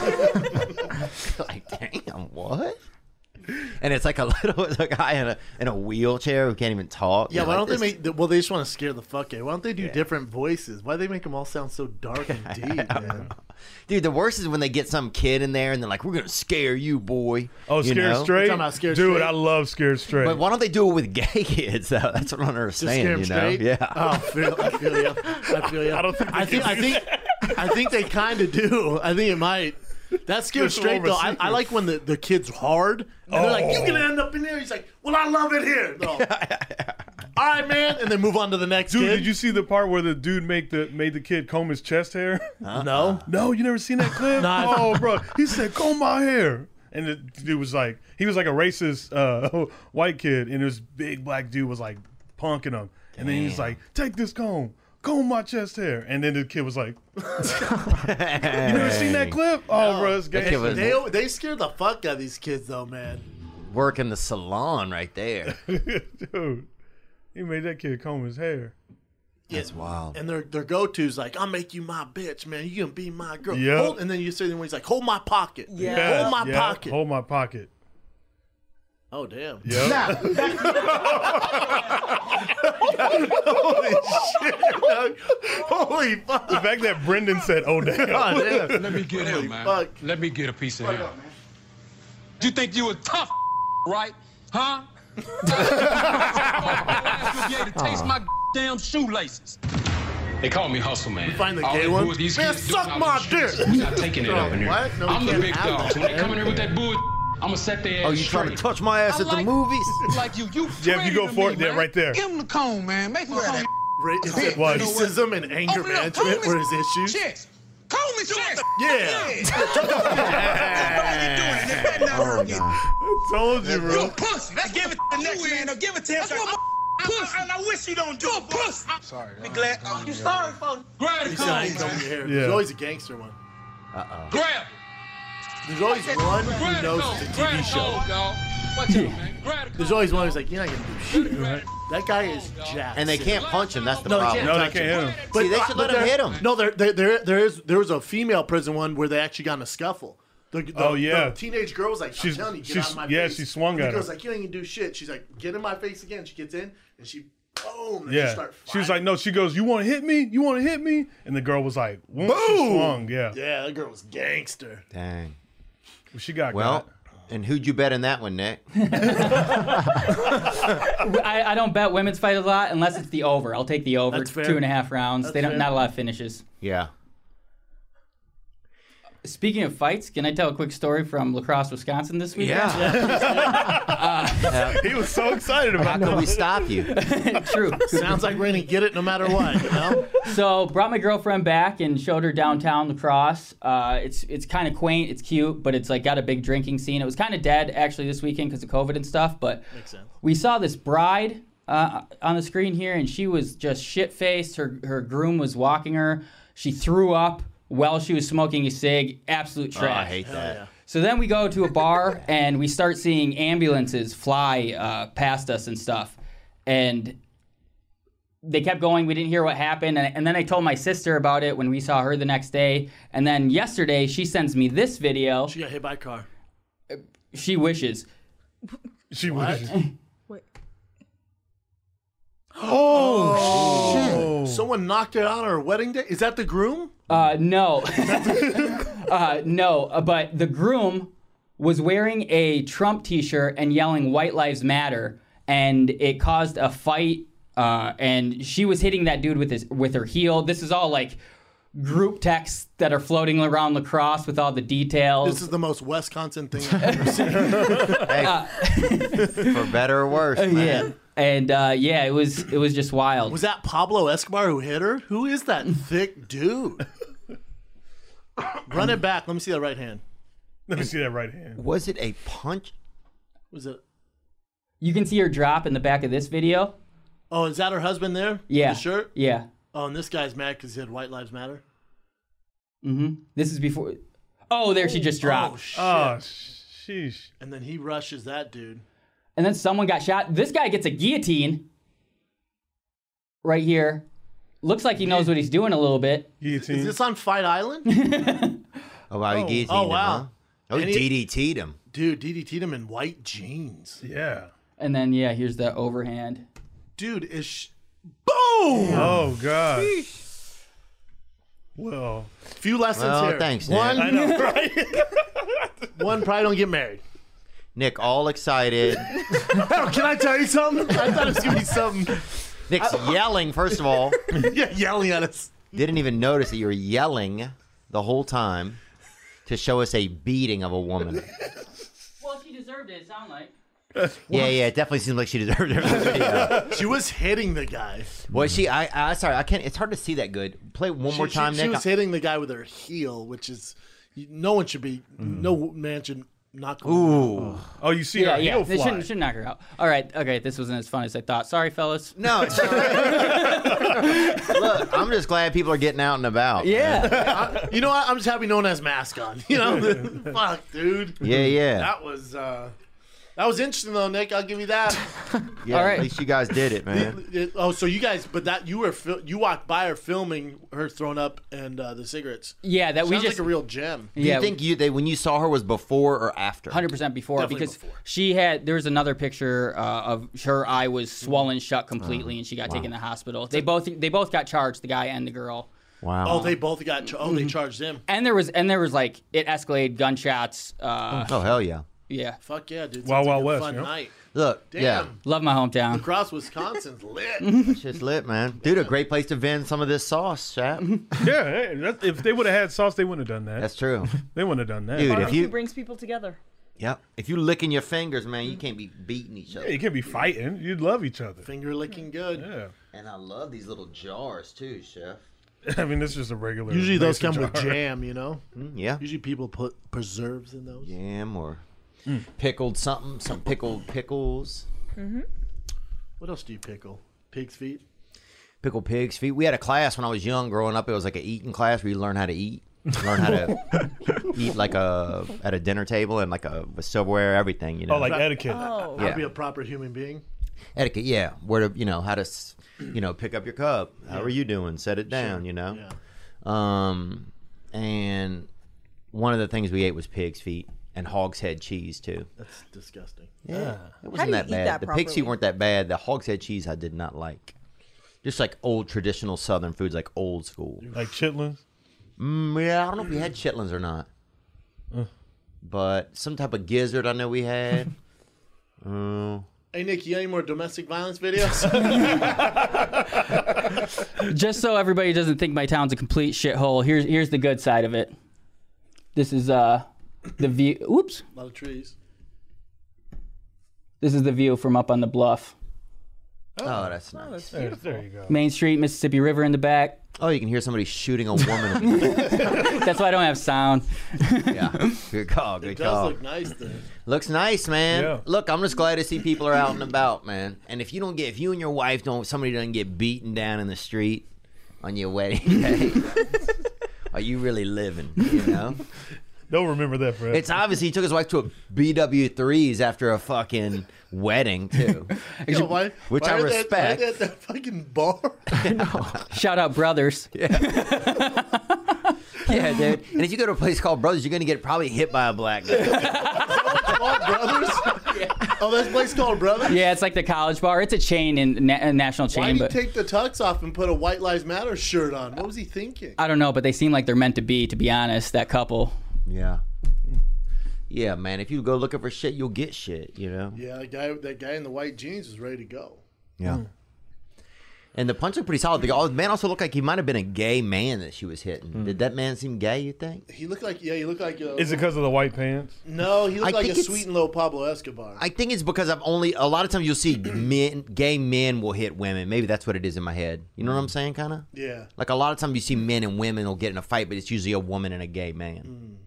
motherfucker. like, damn, what? And it's like a little it's a guy in a in a wheelchair who can't even talk.
Yeah,
You're
why
like,
don't they
this-
make? Well, they just want to scare the fuck out. Why don't they do different voices? Why do they make them all sound so dark and deep, man?
Dude, the worst is when they get some kid in there and they're like, "We're gonna scare you, boy."
Oh,
you
Scared
know?
Straight?
Talking about Scared
Dude,
Straight?
I love Scared Straight.
But why don't they do it with gay kids? Though? That's what I don't
Just
understand.
scare them
you know?
straight.
Yeah.
Oh, I feel, I feel you. I feel you. I
don't think they
I think.
can
I
do
think. I think they kind of do. I think it might. That scares
Just a little
straight though. I, I
secret.
like when the, the kid's hard and they're like,
Oh.
"You gonna end up in there." He's like, "Well, I love it here." They're All all right, man. And then move on to the next
Dude,
kid.
did you see the part where the dude make the made the kid comb his chest hair?
No.
no, you never seen that clip?
Nah.
Oh, bro, he said comb my hair, and the dude was like, he was like a racist uh, white kid, and this big black dude was like punking him, and then he was like, take this comb. Comb my chest hair, and then the kid was like, "You never seen that clip? Oh, bro, it's
That kid
gay.
was
They they scare the fuck out of these kids though, man.
working the salon right there.
dude, he made that kid comb his hair.
That's
Oh.
wild.
And their their go to's like, I'll make you my bitch, man. You gonna be my girl.
Yep.
Hold, and then you say the one he's like, Hold my pocket.
Yeah.
Yeah,
Hold my
yeah,
pocket.
Hold my pocket.
oh damn.
Yep.
Holy shit. Holy fuck.
The fact that Brendan said, "Oh damn,"
God damn.
Let me get him, man.
fuck.
Let me get a piece of him. You think you a tough, right? Huh? you to taste my damn shoelaces. They call me Hustle Man.
find the
All
gay
they
one?
do is these
Man,
kids do
suck
all
my
this
dick.
shit.
Oh,
I'm not taking it up in here.
What? No, we
I'm the
can't
big
have
dog.
that,
So when they
man.
come in here with that bull, I'ma set their ass
Oh, you trying to
straight.
touch my ass
I
at the
like-
movies?
like you, you.
Yeah, if you
pretty
go
to
for
me,
it, yeah,
man.
right there.
Give him the cone, man. Make him come.
Ra- It's that
What?
racism and anger
Open up,
management
comb
were his issues.
Chest. Comb his chest.
Yeah.
Oh,
told you,
You
bro.
a pussy. Let's give it to the next man. Or give it to him. That's what my pussy. And I wish you don't do it. pussy. I'm sorry. Be glad. You sorry for Grab the
He's like, "Ain't
cone,
no
man.
hair."
Yeah.
There's always a gangster one.
Grab.
There's always one who
Grab the
knows
cone.
it's a
Grab
TV
the
show.
cone, dog. Watch out, man. Grab the
There's
cone.
always one who's like, You're not gonna do shit.
Right.
That guy is jacked.
And they can't punch him. That's the
No, they
problem.
can't.
No, they
touch
can't hit him.
But See, they should let him
there-
hit him.
No, there, there, there, there is there was a female prison one where they actually got in a scuffle. The, the,
Oh, yeah.
the teenage girl was like, "I'm
She's-
telling you, get
she's-
out of my
yeah,
face."
she swung
And the
at
girl's
him.
like, "You ain't gonna do shit." She's like, "Get in my face again." She gets in and she, boom. And they
Yeah.
start
She was like,
fighting.
no, she goes, You want to hit me? You want to hit me? And the girl was like, Boom! She swung. Yeah.
"Yeah, that girl was gangster."
Dang.
She got
Well,
got.
And who'd you bet in that one, Nick?
I, I don't bet women's fight a lot unless it's the over. I'll take the over.
That's fair.
Two and a half rounds. they don't
fair.
not a lot of finishes.
Yeah.
Speaking of fights, can I tell a quick story from Lacrosse, Wisconsin this week?
He was so excited
How
about
could
that.
we stop you?
True.
Sounds like we're gonna get it no matter what. You know?
so brought my girlfriend back and showed her downtown lacrosse uh, it's it's kind of quaint it's cute but it's like got a big drinking scene it was kind of dead actually this weekend because of covid and stuff but we saw this bride uh, on the screen here and she was just shit faced her her groom was walking her she threw up while she was smoking a cig absolute
Oh, I
trash
hate that.
so then we go to a bar and we start seeing ambulances fly uh, past us and stuff. And they kept going. We didn't hear what happened. And, and then I told my sister about it when we saw her the next day. And then yesterday, she sends me this video.
She got hit by a car.
She wishes.
She was.
Wait.
Oh. Someone knocked her out on her wedding day. Is that the groom?
Uh, no. uh, no. uh, But the groom was wearing a Trump t shirt and yelling White Lives Matter. And it caused a fight. Uh, and she was hitting that dude with his with her heel. This is all like group texts that are floating around lacrosse with all the details.
This is the most Wisconsin thing I've ever seen.
Hey,
Uh,
for better or worse, man.
and uh, yeah, it was it was just wild.
Was that Pablo Escobar who hit her? Who is that thick dude? Run it back. Let me see that right hand.
Let me see that right hand.
Was it a punch?
Was it?
you can see her drop in the back of this video.
Oh, is that her husband there?
Yeah.
The shirt.
Yeah.
Oh, and this guy's mad because he had White Lives Matter.
Mm-hmm. This is before. Oh, there she just dropped.
Oh shit!
Oh, sheesh.
and then he rushes that dude.
and then someone got shot. This guy gets a guillotine right here. Looks like he knows what he's doing a little bit.
Guillotine.
Is this on Fight Island?
Oh, wow, he guillotined
oh,
him,
wow.
huh? Oh,
And he-
DDT'd him.
dude, DDT'd him in white jeans.
yeah.
And then yeah, here's the overhand.
Dude, is sh- boom.
Oh, God. Well,
Few lessons
Well,
here.
thanks, Nick.
One,
I know, right?
one probably don't get married.
Nick, all excited.
Can I tell you something? I thought it was gonna be something.
Nick's yelling, first of all.
Yeah, yelling at us.
Didn't even notice that you were yelling the whole time to show us a beating of a woman.
Well, she deserved it. It sounded like.
yeah, yeah, it definitely seemed like she deserved it. Yeah.
She was hitting the guy.
Was she? I, I sorry, I can't. It's hard to see that good. Play it one more
she,
time,
she,
Nick.
she was hitting the guy with her heel, which is you- no one should be. No man should knock.
Mm. Ooh.
Oh, you see
Yeah,
our
yeah.
heel
They
fly.
shouldn't, should knock her out. All right, okay. This wasn't as fun as I thought. Sorry, fellas.
No, it's all right. Look, I'm just glad people are getting out and about.
Yeah.
You know what? I'm just happy no one has mask on. You know, fuck, dude.
Yeah, yeah.
That was uh, that was interesting though, Nick. I'll give you that.
yeah
All
At
right.
least you guys did it, man.
It- oh, so you guys, but that you were fil- you walked by her filming her throwing up and uh, the cigarettes.
yeah. That
Sounds
we just.
like a real gem.
Do you
yeah.
think you they when you saw her was before or after?
Hundred percent before
Definitely
because
before.
she had there was another picture uh, of her eye was swollen shut completely
Mm.
and she got taken to the hospital. They both they both got charged, the guy and the girl. Mm-hmm.
Wow.
Oh, they both got. Cha- oh, they charged him.
And there was and there was like it escalated gunshots. Uh,
oh hell yeah.
yeah,
Fuck yeah, dude.
Wild Wild
Sounds like a
West,
Fun
you know?
night.
Look,
Damn.
yeah,
love my hometown.
Across Wisconsin's lit.
it's just lit, man. Dude, a great place to vend some of this sauce, chap.
Yeah, hey, that's, if they would have had sauce, they wouldn't have done that.
That's true.
they wouldn't have done that.
Dude, if
Barbecue
you
brings people together.
yep, if you licking your fingers, man, you can't be beating each
Yeah, you
other.
can't be fighting. You'd love each other.
Finger licking good.
Yeah.
And I love these little jars too, chef.
I mean, this is just a regular.
Usually those
mason
come with
jar.
jam, you know.
Mm, Yeah.
Usually people put preserves in those.
Yam or
Mm.
pickled something, some pickled pickles.
What else do you pickle? Pig's feet.
Pickled pig's feet. We had a class when I was young growing up. It was like an eating class where you learn how to eat. Learn how to eat like a at a dinner table and like a with silverware, everything, you know.
Oh, like etiquette.
Oh.
Yeah.
I'd be a proper human being.
etiquette yeah where to you know how to s- you know pick up your cup how are you doing set it down you know
Yeah.
um and one of the things we ate was pig's feet and hogshead cheese too
That's disgusting.
yeah it
How
wasn't
do you
that
eat
bad
that
the pig's
properly?
feet weren't that bad the hogshead cheese i did not like just like old traditional southern foods like old school
Like chitlins.
Mm, yeah i don't know if we had chitlins or not but some type of gizzard I know we had. Oh.
Hey Nick, you got any more domestic violence videos?
Just so everybody doesn't think my town's a complete shithole, here's here's the good side of it. This is uh the view. Oops.
a lot of trees.
This is the view from up on the bluff.
oh, that's nice.
There, there you go.
Main Street, Mississippi River in the back.
Oh, you can hear somebody shooting a woman.
That's why I don't have sound.
yeah, good call. Good
It does
call.
look nice though.
Looks nice, man.
Yeah.
Look, I'm just glad to see people are out and about, man. And if you don't get, if you and your wife don't, somebody doesn't get beaten down in the street on your wedding day, are you really living? You know,
Don't remember that forever.
it's obvious he took his wife to a BW threes after a fucking wedding too.
You know, why,
Which
why
I
are they- why are
respect.
they At that fucking bar.
Shout out brothers.
yeah, dude. And if you go to a place called Brothers, you're gonna get probably hit by a black guy.
All brothers. Oh, that's place called Brothers.
Yeah, it's like the college bar. It's a chain in na- a national
Why
chain,
did he
but
take the tux off and put a White Lives Matter shirt on? What was he thinking?
I don't know. But they seem like they're meant to be. To be honest, that couple.
yeah. Yeah, man. If you go looking for shit, you'll get shit. You know.
Yeah, that guy, that guy in the white jeans was ready to go.
Yeah. Mm. And the punch looked pretty solid. The al- man also looked like he might have been a gay man that she was hitting. Did that man seem gay? You think?
He looked like yeah, he looked like a,
Is it because of the white pants?
no, he looked
I
like a
think it's-
sweet and low Pablo Escobar.
I think it's because I've only a lot of times you'll see men, gay men will hit women. Maybe that's what it is in my head. You know what I'm saying? Kind of.
yeah,
Like a lot of times you see men and women will get in a fight, but it's usually a woman and a gay
Hmm.
man.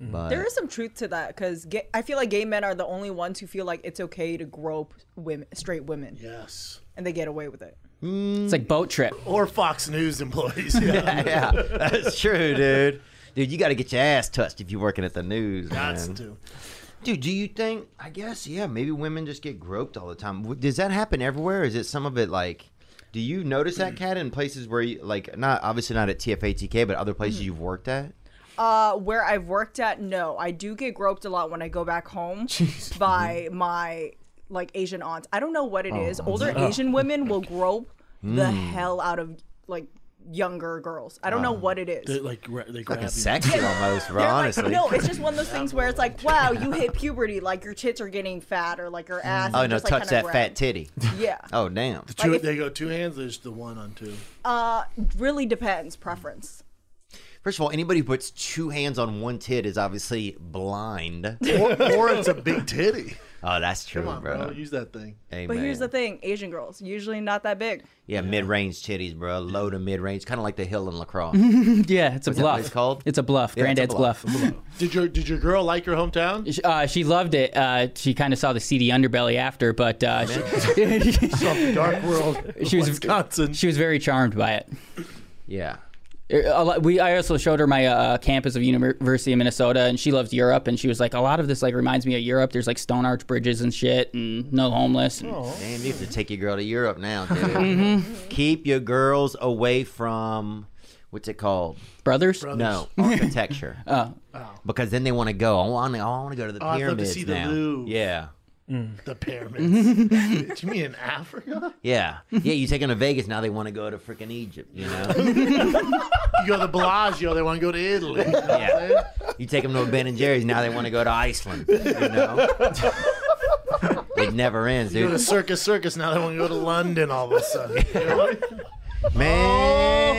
But
There is some truth to that because I feel like gay men are the only ones who feel like it's okay to grope women, straight women,
yes.
and they get away with it.
It's like boat trip.
Or Fox News employees. Yeah,
Hmm. yeah, that's true, dude. Dude, you got to get your ass touched if you're working at the news,
that's
man.
too.
Dude, do you think? I guess yeah. Maybe women just get groped all the time. W- Does that happen everywhere? Is it some of it like? Do you notice
Mm.
that cat in places where you like not obviously not at TFATK, but other
Mm.
places you've worked at?
Uh, where I've worked at, no, I do get groped a lot when I go back home by my like Asian aunts. I don't know what it
Oh,
is. Older Asian women will grope
Hmm.
the hell out of like younger girls. I don't know what it is.
They, like ra- they grab you.
It's sexy almost, bro.
They're like-
honestly.
no, it's just one of those things where it's like, wow, you hit puberty, like your tits are getting fat, or like your ass.
oh
is
no,
just, like,
touch that
kinda
fat
red.
titty.
Yeah,
Oh damn.
Two,
like if-
they go two hands. There's the one on two.
Uh, really depends preference.
First of all, anybody who puts two hands on one tit is obviously blind.
Or, or it's a big titty.
Oh, that's true,
Come on,
bro.
bro, use that thing.
But here's the thing: Asian girls usually not that big.
Yeah, mid-range titties, bro. Low to mid-range, kind of like the hill in lacrosse.
Yeah, it's a
that what
bluff.
it's called?
It's a bluff.
Yeah, it's a
Granddad's bluff.
Did your did your girl like your hometown?
Uh, she loved it. Uh, she kind of saw the seedy underbelly after, but uh, she,
Dark world.
she was
Wisconsin.
she was very charmed by it. Er,
yeah.
A lot- We I also showed her my uh, campus of University of Minnesota, and she loves Europe, and she was like, a lot of this like reminds me of Europe. There's like stone arch bridges and shit, and no homeless. and-
Oh.
Damn, you have to take your girl to Europe now, dude.
Mm-hmm.
Keep your girls away from what's it called?
brothers.
No, architecture. oh. Because then they want to go. I want to. I want to go to the
Oh, I'd love to
pyramids
see the
now.
Louvre.
Yeah, Mm.
The pyramids. Did you mean in Africa?
yeah, yeah. You take them to Vegas now. They want to go to freaking Egypt. You know.
You go to Bellagio. They want to go to Italy. You know what I'm
Yeah.
saying?
You take them to a Ben and Jerry's now. They want to go to Iceland. You know. it never ends,
Go to
dude.
Circus Circus. Now they want to go to London all of a sudden. You know? Oh,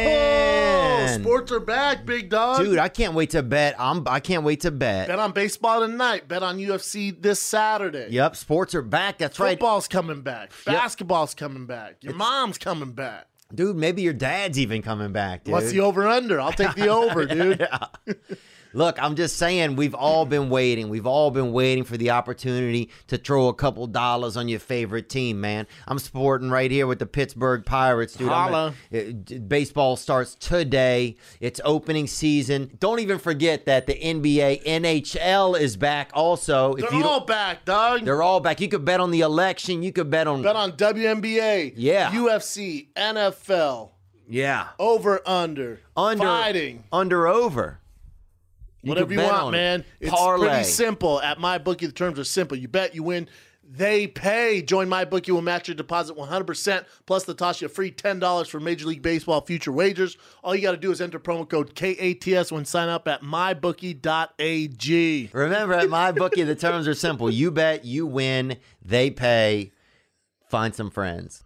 Man.
sports are back, big dog.
Dude, I can't wait to bet. I'm. I can't wait to bet.
bet on baseball tonight. Bet on UFC this Saturday.
Yep, sports are back. That's right.
Football's coming back. Basketball's coming back. Your mom's coming back.
Dude, maybe your dad's even coming back, dude.
What's the over under? I'll take the over, dude.
Look, I'm just saying, we've all been waiting. We've all been waiting for the opportunity to throw a couple dollars on your favorite team, man. I'm sporting right here with the Pittsburgh Pirates, dude. I'm
Holla.
a- it- baseball starts today. It's opening season. Don't even forget that the NBA, NHL is back also. If
They're
don't-
all back, dog.
they're all back. You could bet on the election. You could bet on.
Bet on WNBA.
Yeah.
UFC, NFL,
yeah.
over under,
Under.
fighting.
Under over.
Whatever
can
you
bet
want,
on it.
man. It's
Parlay.
pretty simple. At my bookie, the terms are simple. You bet, you win. They pay. Join MyBookie will match your deposit 100%, plus Latasha free $10 for Major League Baseball future wagers. All you got to do is enter promo code KATS when sign up at mybookie.ag.
Remember, at my bookie, the terms are simple. You bet, you win, they pay. Find some friends.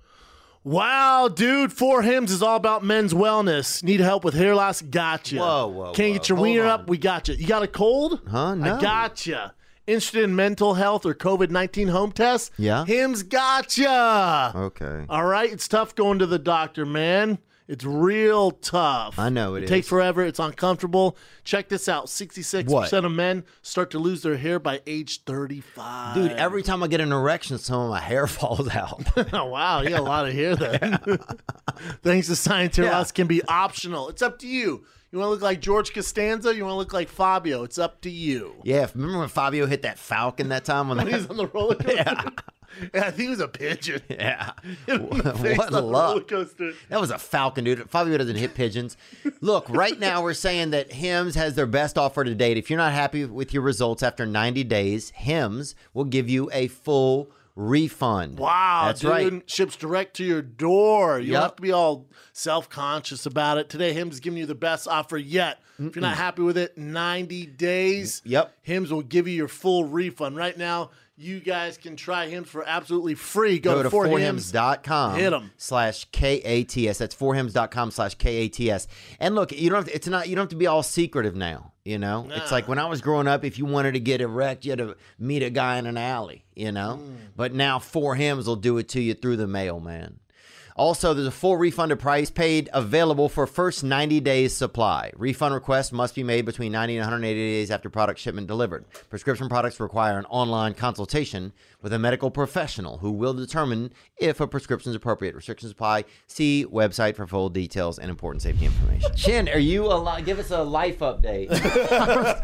Wow, dude, Four Hymns is all about men's wellness. Need help with hair loss? Gotcha.
Whoa, whoa,
Can't
whoa.
get your
Hold
wiener
on.
up? We gotcha. You got a cold?
Huh? No.
I gotcha. Interested in mental health or COVID 19 home tests?
Yeah.
Hims gotcha.
Okay.
All right, it's tough going to the doctor, man. It's real tough.
I know it
It takes
is.
forever. It's uncomfortable. Check this out: sixty-six
What?
percent of men start to lose their hair by age thirty-five.
Dude, every time I get an erection, some of my hair falls out.
oh, wow, you got a lot of hair then. Thanks to science, hair
Yeah.
loss can be optional. It's up to you. You want to look like George Costanza? You want to look like Fabio? It's up to you.
yeah, remember when Fabio hit that falcon that time? When
He's on the roller coaster. Yeah. I think he was a pigeon.
yeah.
He's
what
on the roller
luck.
coaster.
That was a falcon, dude. Fabio doesn't hit pigeons. Look, right now we're saying that Hims has their best offer to date. If you're not happy with your results after 90 days, Hims will give you a full refund.
Wow,
That's
Ah, dude.
right.
Ships direct to your door. You don't
Yep.
have to be all self conscious about it. Today, Hims is giving you the best offer yet. If you're not happy with it, 90 days.
Yep.
Hims will give you your full refund. Right now, you guys can try Hims for absolutely free. Go,
Go to
4
forhims.com
Hit 'em.
slash K-A-T-S. That's forhims.com slash K-A-T-S. And look, you don't have to, it's not you don't have to be all secretive now. You know? It's like when I was growing up, if you wanted to get erect, you had to meet a guy in an alley, you know?
Mm.
But now four hims will do it to you through the mail, man. Also, there's a full refund of price paid available for first 90 days supply. Refund requests must be made between 90 and 180 days after product shipment delivered. Prescription products require an online consultation with a medical professional who will determine if a prescription is appropriate. Restrictions apply. See website for full details and important safety information. Shin, are you alive? Give us a life update.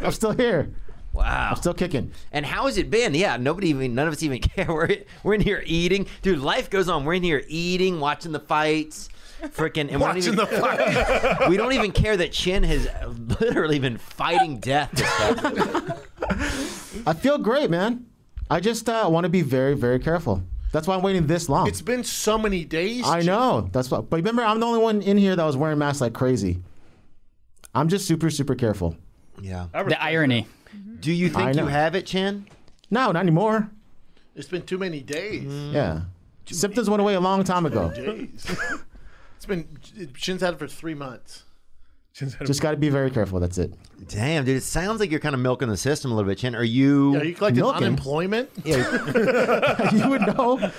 I'm still here.
wow.
Still kicking.
And how has it been? Yeah, nobody even, none of us even care. We're, we're in here eating. Dude, life goes on. We're in here eating, watching the fights, freaking, and watching we, don't even, we don't even care that Chin has literally been fighting death. This past week.
I feel great, man. I just uh, want to be very, very careful. That's why I'm waiting this long.
It's been so many days.
I know. That's why. But remember, I'm the only one in here that was wearing masks like crazy. I'm just super, super careful.
yeah.
The irony.
Do you
I
think
know.
you have it, Chin?
No, not anymore.
It's been too many days.
Mm.
Yeah. Symptoms went away a long time ago.
Days. it's been, Shin's had it for three months.
Just got to be very careful. That's it.
Damn, dude, it sounds like you're kind of milking the system a little bit, Chin. Are you?
Are you collecting
Milking.
unemployment?
you would know.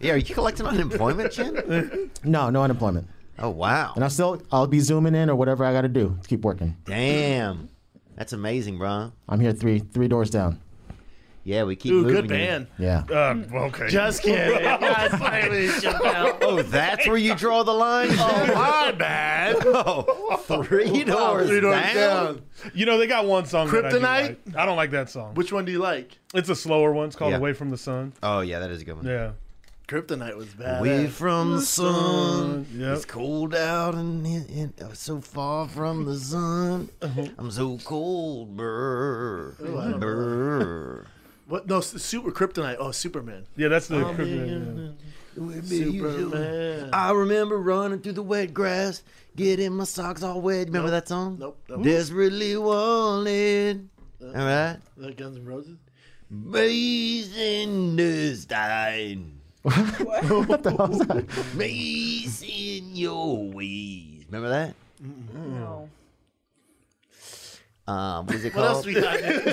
yeah, are you collecting unemployment, Chin?
No, no unemployment.
Oh wow.
And I still, I'll be zooming in or whatever I got to do to keep working.
Damn, that's amazing, bro.
I'm here three, three doors down.
Yeah, we keep
Ooh,
moving.
good
you.
band.
Yeah.
Uh, okay.
Just kidding. God, finally, Chappelle.
Oh, that's where you draw the line.
Oh, my bad.
Oh, three doors,
Three doors
down.
down.
You know they got one song. That I, do
Kryptonite?
like. I don't like that song.
Which one do you like?
It's a slower one. It's called
Yeah.
"Away from the Sun."
Oh yeah, that is a good one.
Yeah.
Kryptonite was bad.
Away from the sun,
Yep.
it's cold out and, and- and so far from the sun. I'm so cold, brr, brr.
What? No, s- super Kryptonite. Oh, Superman. Oh,
Yeah, that's the. Kryptonite, yeah.
Superman.
I remember running through the wet grass, getting my socks all wet. Remember that song?
Nope. nope.
Desperately wanted. All right.
Uh, Guns N' Roses.
Basinstein.
What?
Maze in your ways. Remember that?
no.
Um, what is it
What else
called?
we got? Dang,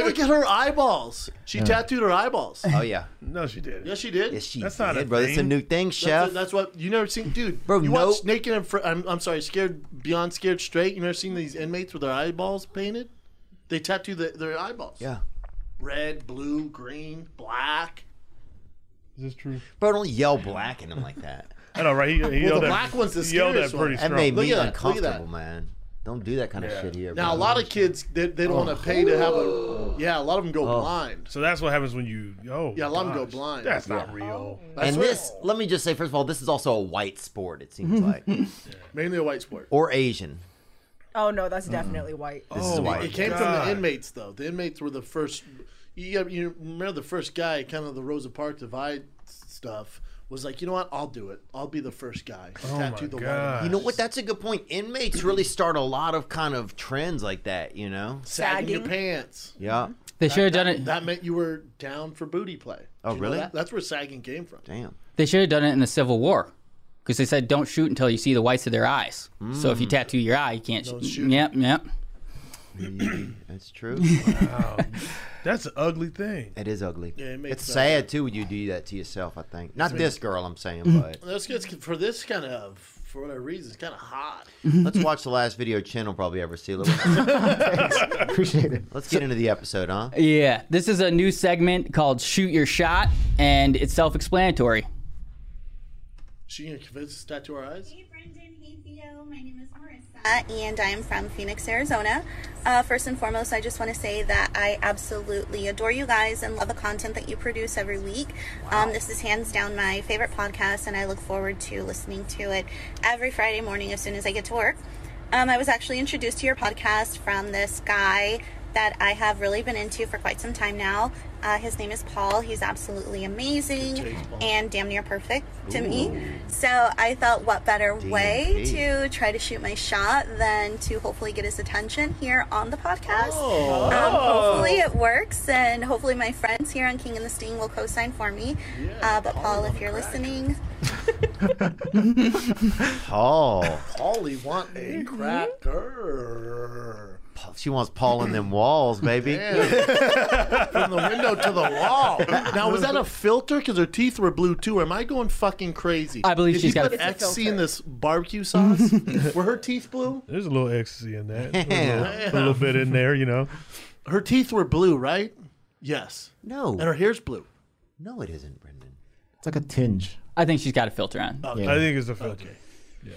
look at her eyeballs. She tattooed her eyeballs.
oh yeah,
No, she did.
Yes, she did.
yes, she
That's
did,
not a
bro. That's a
thing.
new thing,
That's,
chef.
it, that's what you never seen, dude.
Bro,
you
no-
watch Naked and Fr- I'm, I'm sorry, scared beyond scared straight. You never seen these inmates with their eyeballs painted? They tattoo the, their eyeballs.
yeah,
Red, blue, green, black.
Is this true?
bro, don't yell black at him like that.
I know, right? He, he yelled
the
at-
black one's the
he yelled at
scariest
pretty
one.
That
strong.
made
Look
me
at that, look at that.
uncomfortable, man. Don't do that kind of shit here.
Now
bro. Oh.
a lot of kids they, they don't want to pay to have a yeah. A lot of them go blind.
so that's what happens when you. Oh,
Yeah, a lot of 'em go
gosh,
blind.
That's not real.
and this, let me just say, first of all, this is also a white sport. It seems like,
Mainly a white sport.
or Asian.
Oh no, that's definitely white.
Mm. This is
Oh,
white.
It came from
God.
the inmates though. The inmates were the first. you, gotta, you remember the first guy, kind of the Rosa Parks divide stuff, was like, you know what? I'll do it. I'll be the first guy. to
Oh my
tattoo the
God.
White
You
You know what? That's a good point. Inmates really start a lot of kind of trends like that, you know?
sagging your
Sagging.
pants.
Yeah.
They should have done it.
That meant you were down for booty play.
Oh,
Did you know
really?
that? That's where sagging came from.
Damn.
They should have done it in the Civil War, because they said don't shoot until you see the whites of their eyes. So
Mm.
if you tattoo your eye, you can't
Don't
sh-
shoot.
Yep, yep.
That's true.
That's an ugly thing.
It is ugly.
Yeah, it makes
it's
sense.
sad too when you do that to yourself. I think not this girl. I'm saying,
Mm-hmm.
but
That's good for this kind of, for whatever reason, it's kind of hot.
let's watch the last video Chin will probably ever see. Let's
Appreciate it.
let's get into the episode, huh?
Yeah, this is a new segment called Shoot Your Shot, and it's self explanatory.
She gonna convince us to tattoo our eyes?
Hey Brendan, hey Theo, my name is Marissa. And I'm from Phoenix, Arizona. Uh, first and foremost, I just want to say that I absolutely adore you guys and love the content that you produce every week. Um, this is hands down my favorite podcast, and I look forward to listening to it every Friday morning as soon as I get to work. Um, I was actually introduced to your podcast from this guy that I have really been into for quite some time now. Uh, his name is Paul. He's absolutely amazing and damn near perfect to me. So I thought, what better way
DMP.
to try to shoot my shot than to hopefully get his attention here on the podcast? Um, hopefully it works, and hopefully my friends here on King and the Sting will co-sign for me. uh, but Paul, if you're listening,
Paul.
Holly want
Mm-hmm.
a cracker.
She wants Paul in them walls, baby.
From the window to the wall. Now, was that a filter? Because her teeth were blue too. Am I going fucking crazy?
I believe
Did
she's
you
got
put
a-
It's a
XC
filter.
in this barbecue sauce? were her teeth blue?
There's a little ecstasy in that. There's A
Damn.
little, a little bit in there, you know.
Her teeth were blue, right? Yes. And her
No,
hair's blue.
no, it isn't, Brendan.
It's like a tinge.
I think she's got a filter on.
Oh, I think it's a filter.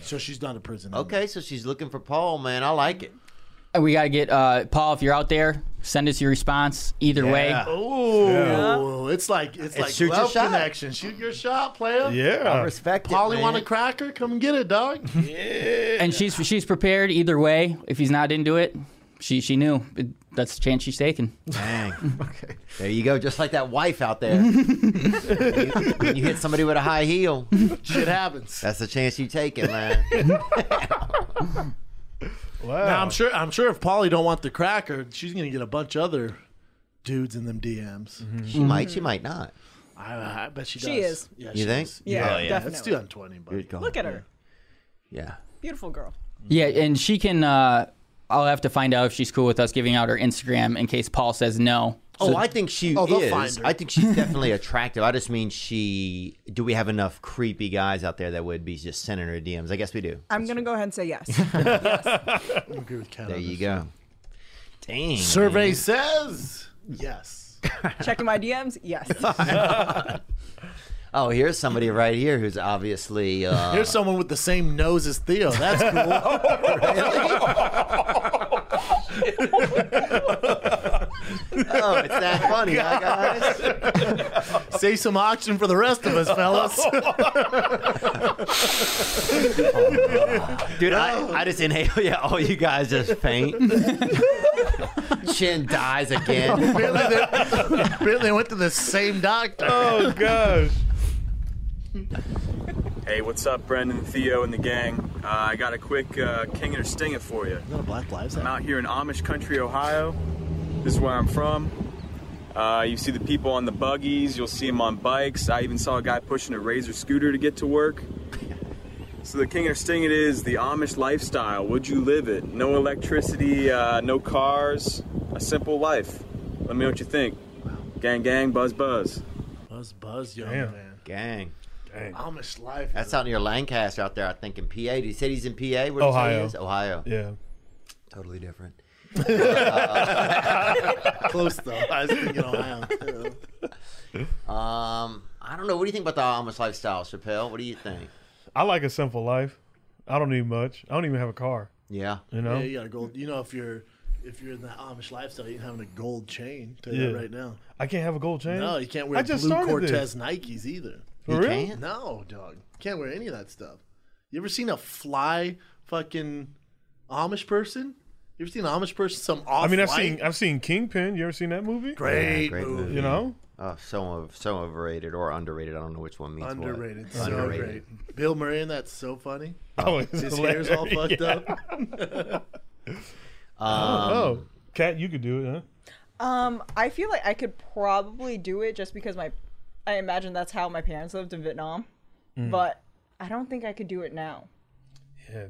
So she's not a prison.
Okay, so she's looking for Paul, Oh, man. I like it.
And We got to get uh, Paul, if you're out there, send us your response either way.
Oh, it's like it's, like
shoot your
love
shot.
connection. Shoot your shot, player.
I
Yeah.
respect
Polly
it.
want a
man.
cracker? Come get it, dog.
And she's she's prepared either way. If he's not into it, she she knew It- that's the chance she's taking.
Dang. There you go. Just like that wife out there. when, you, when you hit somebody with a high heel,
Shit happens.
that's the chance you take it, man.
Wow.
Now, I'm sure. I'm sure if Polly don't want the cracker, she's gonna get a bunch of other dudes in them DMs.
Mm-hmm.
She might, she might not.
I, I bet she does.
She is.
Yeah,
You think?
is.
Yeah, definitely.
That's 220, buddy.
Oh, Look at her.
Yeah.
Beautiful girl.
Yeah, and she can. Uh, I'll have to find out if she's cool with us giving out her Instagram in case Paul says no.
Oh, I think she
Oh, they'll find
is.
her.
I think she's definitely attractive. I just mean she. Do we have enough creepy guys out there that would be just sending her DMs? I guess we do.
I'm gonna go ahead and say yes.
I agree with Ken.
There
on
you
this.
go. Dang.
Survey says yes.
Checking my DMs, yes.
Oh, here's somebody right here who's obviously. Uh,
Here's someone with the same nose as Theo. That's cool.
oh, it's that funny, huh, guys?
Save some oxygen for the rest of us, fellas.
Dude, I, I just inhale. Yeah, all you guys just faint. Chin dies again.
Apparently they- apparently they went to the same doctor.
Oh gosh.
Hey, what's up, Brendan, Theo, and the gang? Uh, I got a quick uh, King it or Sting it for you.
Not a Black Lives
I'm out here in Amish country, Ohio. This is where I'm from. Uh, you see the people on the buggies, you'll see them on bikes. I even saw a guy pushing a Razor scooter to get to work. So, the King it or Sting it is the Amish lifestyle. Would you live it? No electricity, uh, no cars, a simple life. Let me know what you think. Gang, gang, buzz, buzz.
Buzz, buzz, young
Damn.
man.
Gang.
Amish life.
That's out near Lancaster out there, I think, in PA. Did he say he's in PA? Where did he say he
Ohio.
is? Ohio.
Yeah.
Totally different. Uh,
close though. I was thinking oh, Ohio. too.
Um, I don't know. What do you think about the Amish lifestyle, Chappelle? What do you think?
I like a simple life. I don't need much. I don't even have a car.
Yeah.
You know.
Yeah, you got a gold. You know, if you're if you're in the Amish lifestyle, you're having a gold chain. Tell you that
Yeah.
right now.
I can't have a gold chain.
No, you can't wear
I just
blue
started
Cortez
this.
Nikes either.
For
You
real?
can't?
No, dog. Can't wear any of that stuff. You ever seen a fly fucking Amish person? You ever seen an Amish person? Some off.
I mean, I've
white?
seen I've seen Kingpin. You ever seen that movie?
Great, movie.
You know,
Oh, so ov- so overrated or underrated. I don't know which one means what.
Underrated. So great. Bill Murray and that's so funny.
Oh, it's
his hair's all fucked
hilarious.
up.
oh, Cat, you could do it, huh?
Um, I feel like I could probably do it just because my, I imagine that's how my parents lived in Vietnam,
Mm.
but I don't think I could do it now.
Yeah.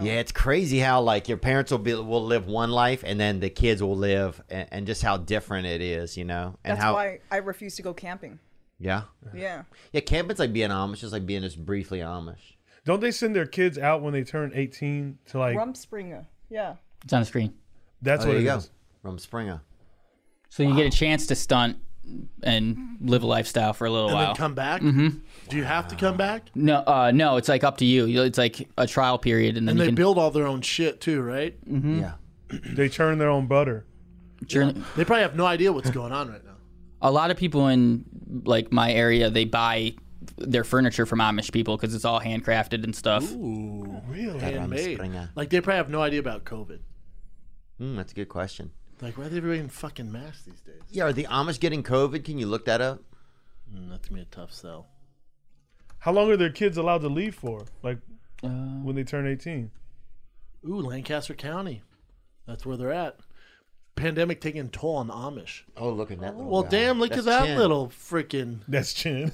Yeah, it's crazy how like your parents will be will live one life and then the kids will live and, and just how different it is, you know, and
That's
how Uh-huh.
why I refuse to go camping.
yeah,
Yeah.
yeah. Camping's like being Amish, just like being just briefly Amish.
Don't they send their kids out when they turn eighteen to like?
Rumspringer. Yeah.
It's on the screen.
That's
Oh,
what
there
it
you go.
is.
From Springer.
So you get a chance to stunt and live a lifestyle for a little
And
while.
then come back.
hmm
Mm-hmm.
Do you have to come back?
No, uh, no, it's like up to you. You- It's like a trial period, and then
And
you
they
can
build all their own shit too, right?
Mhm.
Yeah.
They churn their own butter.
Churn-
They probably have no idea what's going on right now.
a lot of people in like my area they buy their furniture from Amish people because it's all handcrafted and stuff.
Ooh,
really?
Handmade. Like they probably have no idea about COVID.
Mm, that's a good question.
Like why are they wearing fucking masks these days?
Yeah, are the Amish getting COVID? Can you look that up?
Mm, that's gonna be a tough sell.
How long are their kids allowed to leave for? Like
Uh,
when they turn eighteen?
Ooh, Lancaster County. That's where they're at. Pandemic taking a toll on Amish.
Oh, look at that. Little
Well,
guy.
damn, look at
That's
that
chin.
little freaking.
That's chin.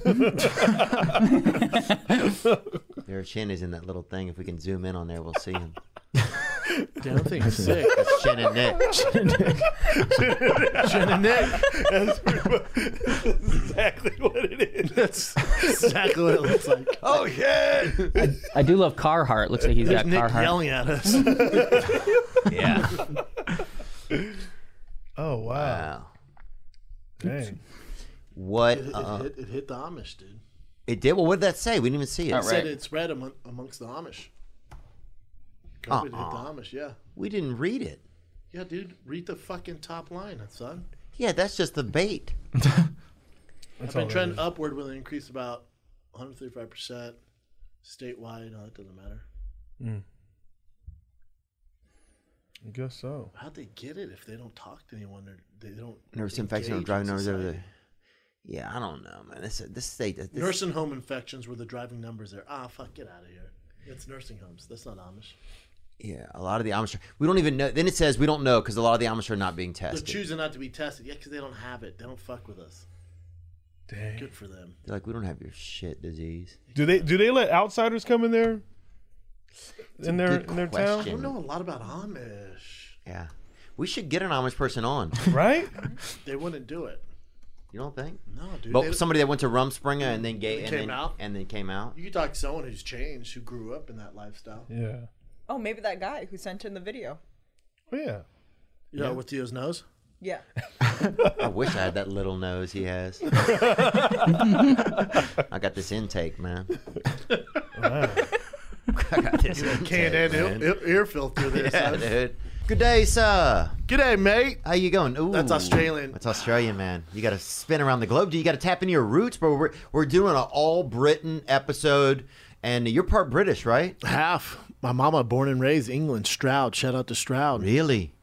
Their chin is in that little thing. If we can zoom in on there, we'll see him.
Damn, that thing's sick.
That's chin and neck.
Chin and neck.
That's pretty much exactly what it is.
That's exactly what it looks like.
Oh yeah.
I do love Carhartt. Looks like he's
There's
got
Nick
Carhartt.
yelling at us.
Yeah.
Oh wow.
Wow.
Dang.
What?
It,
Uh,
hit, it hit the Amish, dude.
it did. Well, what did that say? We didn't even see it.
All right.
Said it spread among, amongst the Amish. COVID
Uh-uh.
hit the Amish, yeah.
We didn't read it.
Yeah, dude, read the fucking top line, son.
Yeah, that's just the bait.
I've
all
been
that
trending
is.
upward with an increase about 135% statewide. No, that doesn't matter.
Mm. I guess so.
How'd they get it if they don't talk to anyone? Or they don't.
Nursing infection or
engage
driving
in
numbers over
society?
there. Yeah, I don't know, man. This this state. This,
Nursing home infections were the driving numbers there. Ah, fuck, get out of here. It's nursing homes. That's not Amish.
Yeah, a lot of the Amish. We don't even know. Then it says we don't know because a lot of the Amish are not being tested.
They're choosing not to be tested. Yeah, because they don't have it. They don't fuck with us.
Dang.
Good for them.
They're like, we don't have your shit disease.
Do they do they let outsiders come in there? In their
good
in their
I
question.
town,
don't know a lot about Amish.
Yeah, we should get an Amish person on.
right?
They wouldn't do it.
You don't think?
No, dude.
But
They-
somebody that went to Rumspringa and then gay
And
and
came
then,
out?
and then came out.
You could talk to someone who's changed, who grew up in that lifestyle.
Yeah.
Oh, maybe that guy who sent in the video.
Oh, yeah.
Yeah, with Theo's nose.
Yeah.
I wish I had that little nose he has. I got this intake, man. I got this intake.
Can't add
man.
ear, ear filter there.
Yeah,
son.
dude. Good day, sir.
G'day, mate.
How you going? Ooh,
That's Australian.
That's Australian, man. You got to spin around the globe. You got to tap into your roots, bro. We're, we're doing an all Britain episode, and you're part British, right?
Half. My mama, born and raised England, Stroud. Shout out to Stroud.
Really?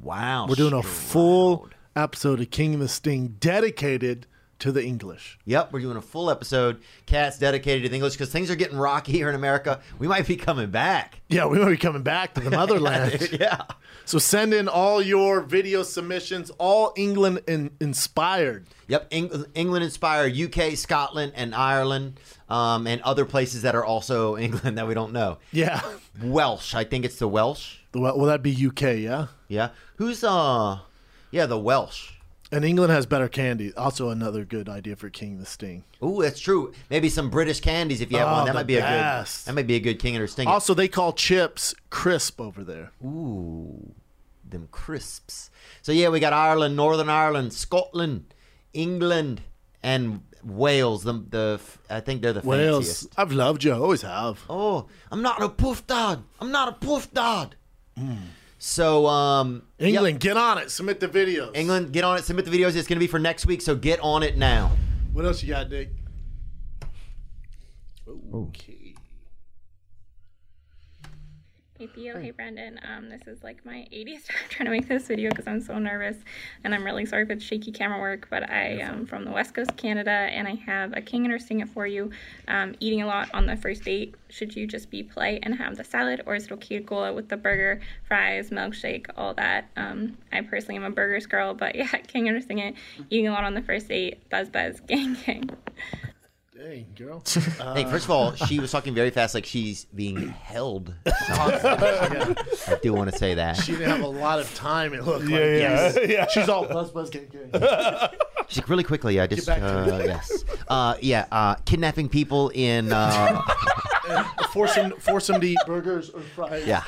Wow.
We're doing a full episode of King of the Sting dedicated to the English.
Yep, we're doing a full episode. Cats dedicated to the English because things are getting rocky here in America. We might be coming back.
Yeah, we might be coming back to the motherland.
Yeah.
so send in all your video submissions, all England in- inspired.
Yep. Eng- England inspired UK, Scotland, and Ireland, um, and other places that are also England that we don't know.
Yeah.
Welsh. I think it's the Welsh.
Well, well that'd be UK, yeah?
Yeah. Who's uh? Yeah, the Welsh.
And England has better candy. Also, another good idea for King of the Sting.
Ooh, that's true. Maybe some British candies if you have
Oh,
one. That
the
might be a good.
best.
That might be a good king and her sting. it.
Also, they call chips crisp over there.
Ooh, them crisps. So yeah, we got Ireland, Northern Ireland, Scotland, England, and Wales. The the I think they're the
Wales,
fanciest.
I've loved you, always have.
Oh, I'm not a poof dad. I'm not a poof dad. So um, yep,
Hmm. England, get on it. Submit the videos.
England, get on it. Submit the videos. It's gonna be for next week. So get on it now.
What else you got, Nick? Okay.
Hey Theo, hey Brendan. Um, this is like my 80th time trying to make this video because I'm so nervous, and I'm really sorry for the shaky camera work. But I am from the West Coast, Canada, and I have a king interesting it for you. Um, eating a lot on the first date. Should you just be polite and have the salad, or is it okay to go out with the burger, fries, milkshake, all that? Um, I personally am a burgers girl, but yeah, king interesting it. Eating a lot on the first date. Buzz buzz, gang gang.
Hey, girl.
hey, first of all, she was talking very fast, like she's being held. I do want to say that.
She didn't have a lot of time, it looked
Yeah,
like.
yeah,
yes.
yeah.
She's all buzz, buzz, gang, gang.
She's like, really quickly. I just
back to
uh,
it.
yes, uh, yeah, uh, kidnapping people in uh,
force, him, force him to eat burgers or fries.
yeah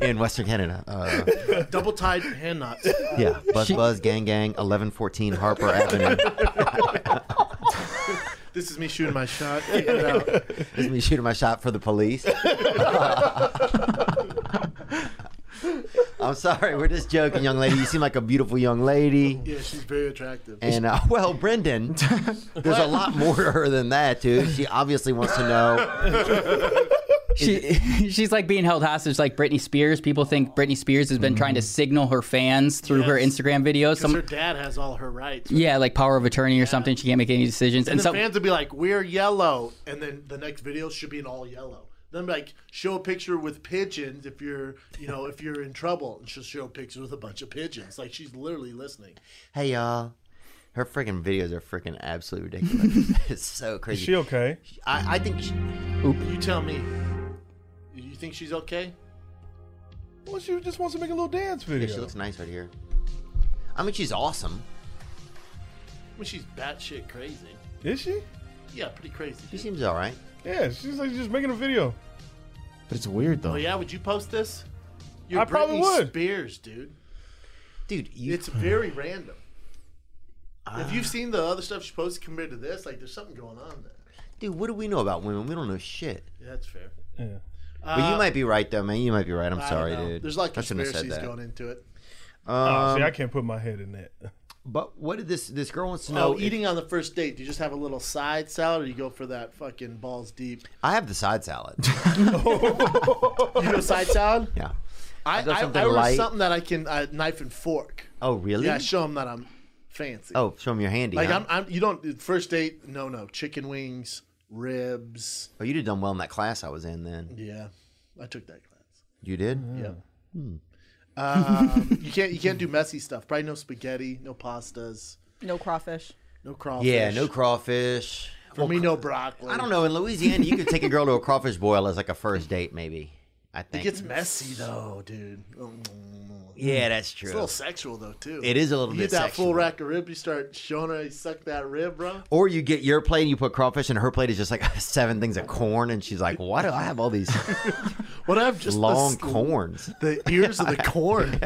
in Western Canada. Uh,
Double tied hand knots.
yeah, buzz buzz gang gang eleven fourteen Harper Avenue.
This is me shooting my shot. Get it out.
This is me shooting my shot for the police. I'm sorry, we're just joking, young lady. You seem like a beautiful young lady.
Yeah, she's very attractive.
And uh, well, Brendan, there's a lot more to her than that too. She obviously wants to know.
She, she's like being held hostage, like Britney Spears. People think Britney Spears has been trying to signal her fans through her Instagram videos.
Because
Some,
Mm-hmm. her dad has all her rights.
yeah, like power of attorney or something. She can't make any decisions.
And,
And,
the
so,
fans would be like, "We're yellow," and then the next video should be in all yellow. Then like show a picture with pigeons if you're you know if you're in trouble, and she'll show a picture with a bunch of pigeons. Like she's literally listening.
Hey y'all. Her freaking videos are freaking absolutely ridiculous. it's so crazy.
she okay?
I, I think. She,
You tell me. You think she's okay?
Well, she just wants to make a little dance
Yeah,
video.
she looks nice right here. I mean, she's awesome.
I mean, she's batshit crazy.
Is she?
Yeah, pretty crazy.
She seems all right.
Yeah, she's like just making a video.
But it's weird
Oh
though.
yeah, would you post this? You're
I probably
Britney
would.
Spears, dude.
Dude, you, Ah.
It's very random. if you've seen the other stuff she posted compared to this, like there's something going on there.
dude, what do we know about women? We don't know shit.
Yeah, that's fair. Uh,
Yeah.
but you might be right though, man. You might be right. I'm
I don't
sorry,
know.
dude.
There's like
I shouldn't have said
conspiracies
that.
going into it.
oh, see,
Um,
I can't put my head in that.
But what did this this girl wants to know?
No, eating on the first date. Do you just have a little side salad, or you go for that fucking balls deep?
I have the side salad.
You go side salad.
yeah.
I,
I got
I, I
something
order
light.
something that I can uh, knife and fork.
Oh really?
Yeah, I show them that I'm fancy.
oh, show them your handy.
like
huh?
I'm, I'm. You don't first date. No, no, chicken wings, ribs.
Oh, you did done well in that class I was in. Then
Yeah, I took that class.
you did. Hmm.
Yeah. Um, you can't. You can't do messy stuff. Probably no spaghetti, no pastas,
No crawfish.
no crawfish.
Yeah, no crawfish.
For me, no broccoli.
I don't know. In Louisiana, you could take a girl to a crawfish boil as like a first date, maybe. I
It
think.
gets messy though, dude. Mm.
yeah, that's true.
It's a little sexual though too.
It is a little
you
bit
get that
sexual.
full rack of rib. You start showing her. You suck that rib, bro.
Or you get your plate and you put crawfish, and her plate is just like seven things of corn, and she's like, "Why do I have all these
What I have just the
long
s-
corns?"
The ears of the corn.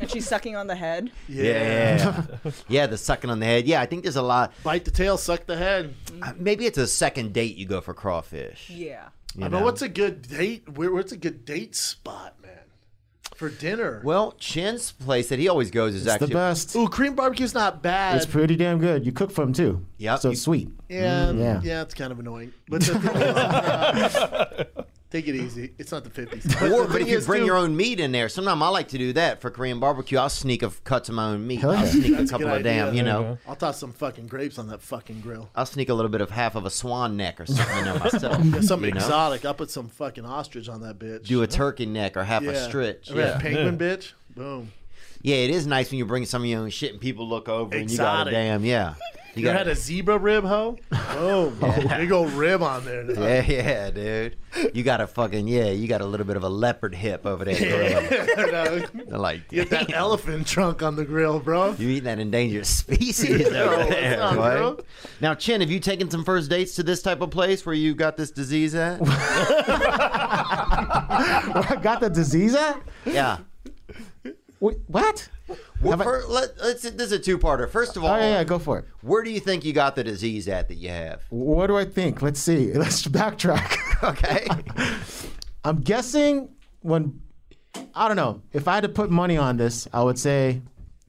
And she's sucking on the head.
Yeah, yeah, the sucking on the head. Yeah, I think there's a lot.
Bite the tail, suck the head.
uh, Maybe it's a second date you go for crawfish.
Yeah.
you
I mean,
know?
what's a good date? Where, what's a good date spot, man? For dinner.
well, Chin's place that he always goes is
It's the
actually
best.
Ooh, cream barbecue's not bad.
It's pretty damn good. You cook for them too.
Yep.
So it's sweet. Mm,
yeah,
mm,
yeah,
yeah.
it's kind of annoying. But the thing is, uh, take it easy. It's not the fifties. But,
Or,
the
but
thing
if you
is,
bring
too,
your own meat in there, sometimes I like to do that for Korean barbecue. I'll sneak a cuts of my own meat. I'll
yeah.
sneak a
That's a
couple
good
of damn,
idea.
you know.
Yeah.
I'll toss some fucking grapes on that fucking grill.
I'll sneak a little bit of half of a swan neck or something in there myself.
Yeah, something
you know?
exotic. I'll put some fucking ostrich on that bitch.
Do a turkey neck or half
yeah.
a stretch.
Or that
Yeah.
penguin bitch. Boom.
yeah, it is nice when you bring some of your own shit and people look over and you got a
Exotic.
damn, yeah. You
You
got
had a zebra rib, hoe? Boom. Big old rib on there.
yeah, yeah, dude. You got a fucking yeah. You got a little bit of a leopard hip over there. Gorilla.
No.
They're like,
Get that elephant trunk on the grill, bro.
you eating that endangered species over
what's
there,
up,
boy.
bro?
Now, Chin, have you taken some first dates to this type of place where you got this disease at?
Where I got the disease at?
yeah.
Wait, what?
Well,
Have I-
fir- let, let's, this is a two-parter. First of all,
Oh yeah, yeah, go for it.
where do you think you got the disease at that you have?
What do I think? Let's see. Let's backtrack.
Okay.
I'm guessing when I don't know. If I had to put money on this, I would say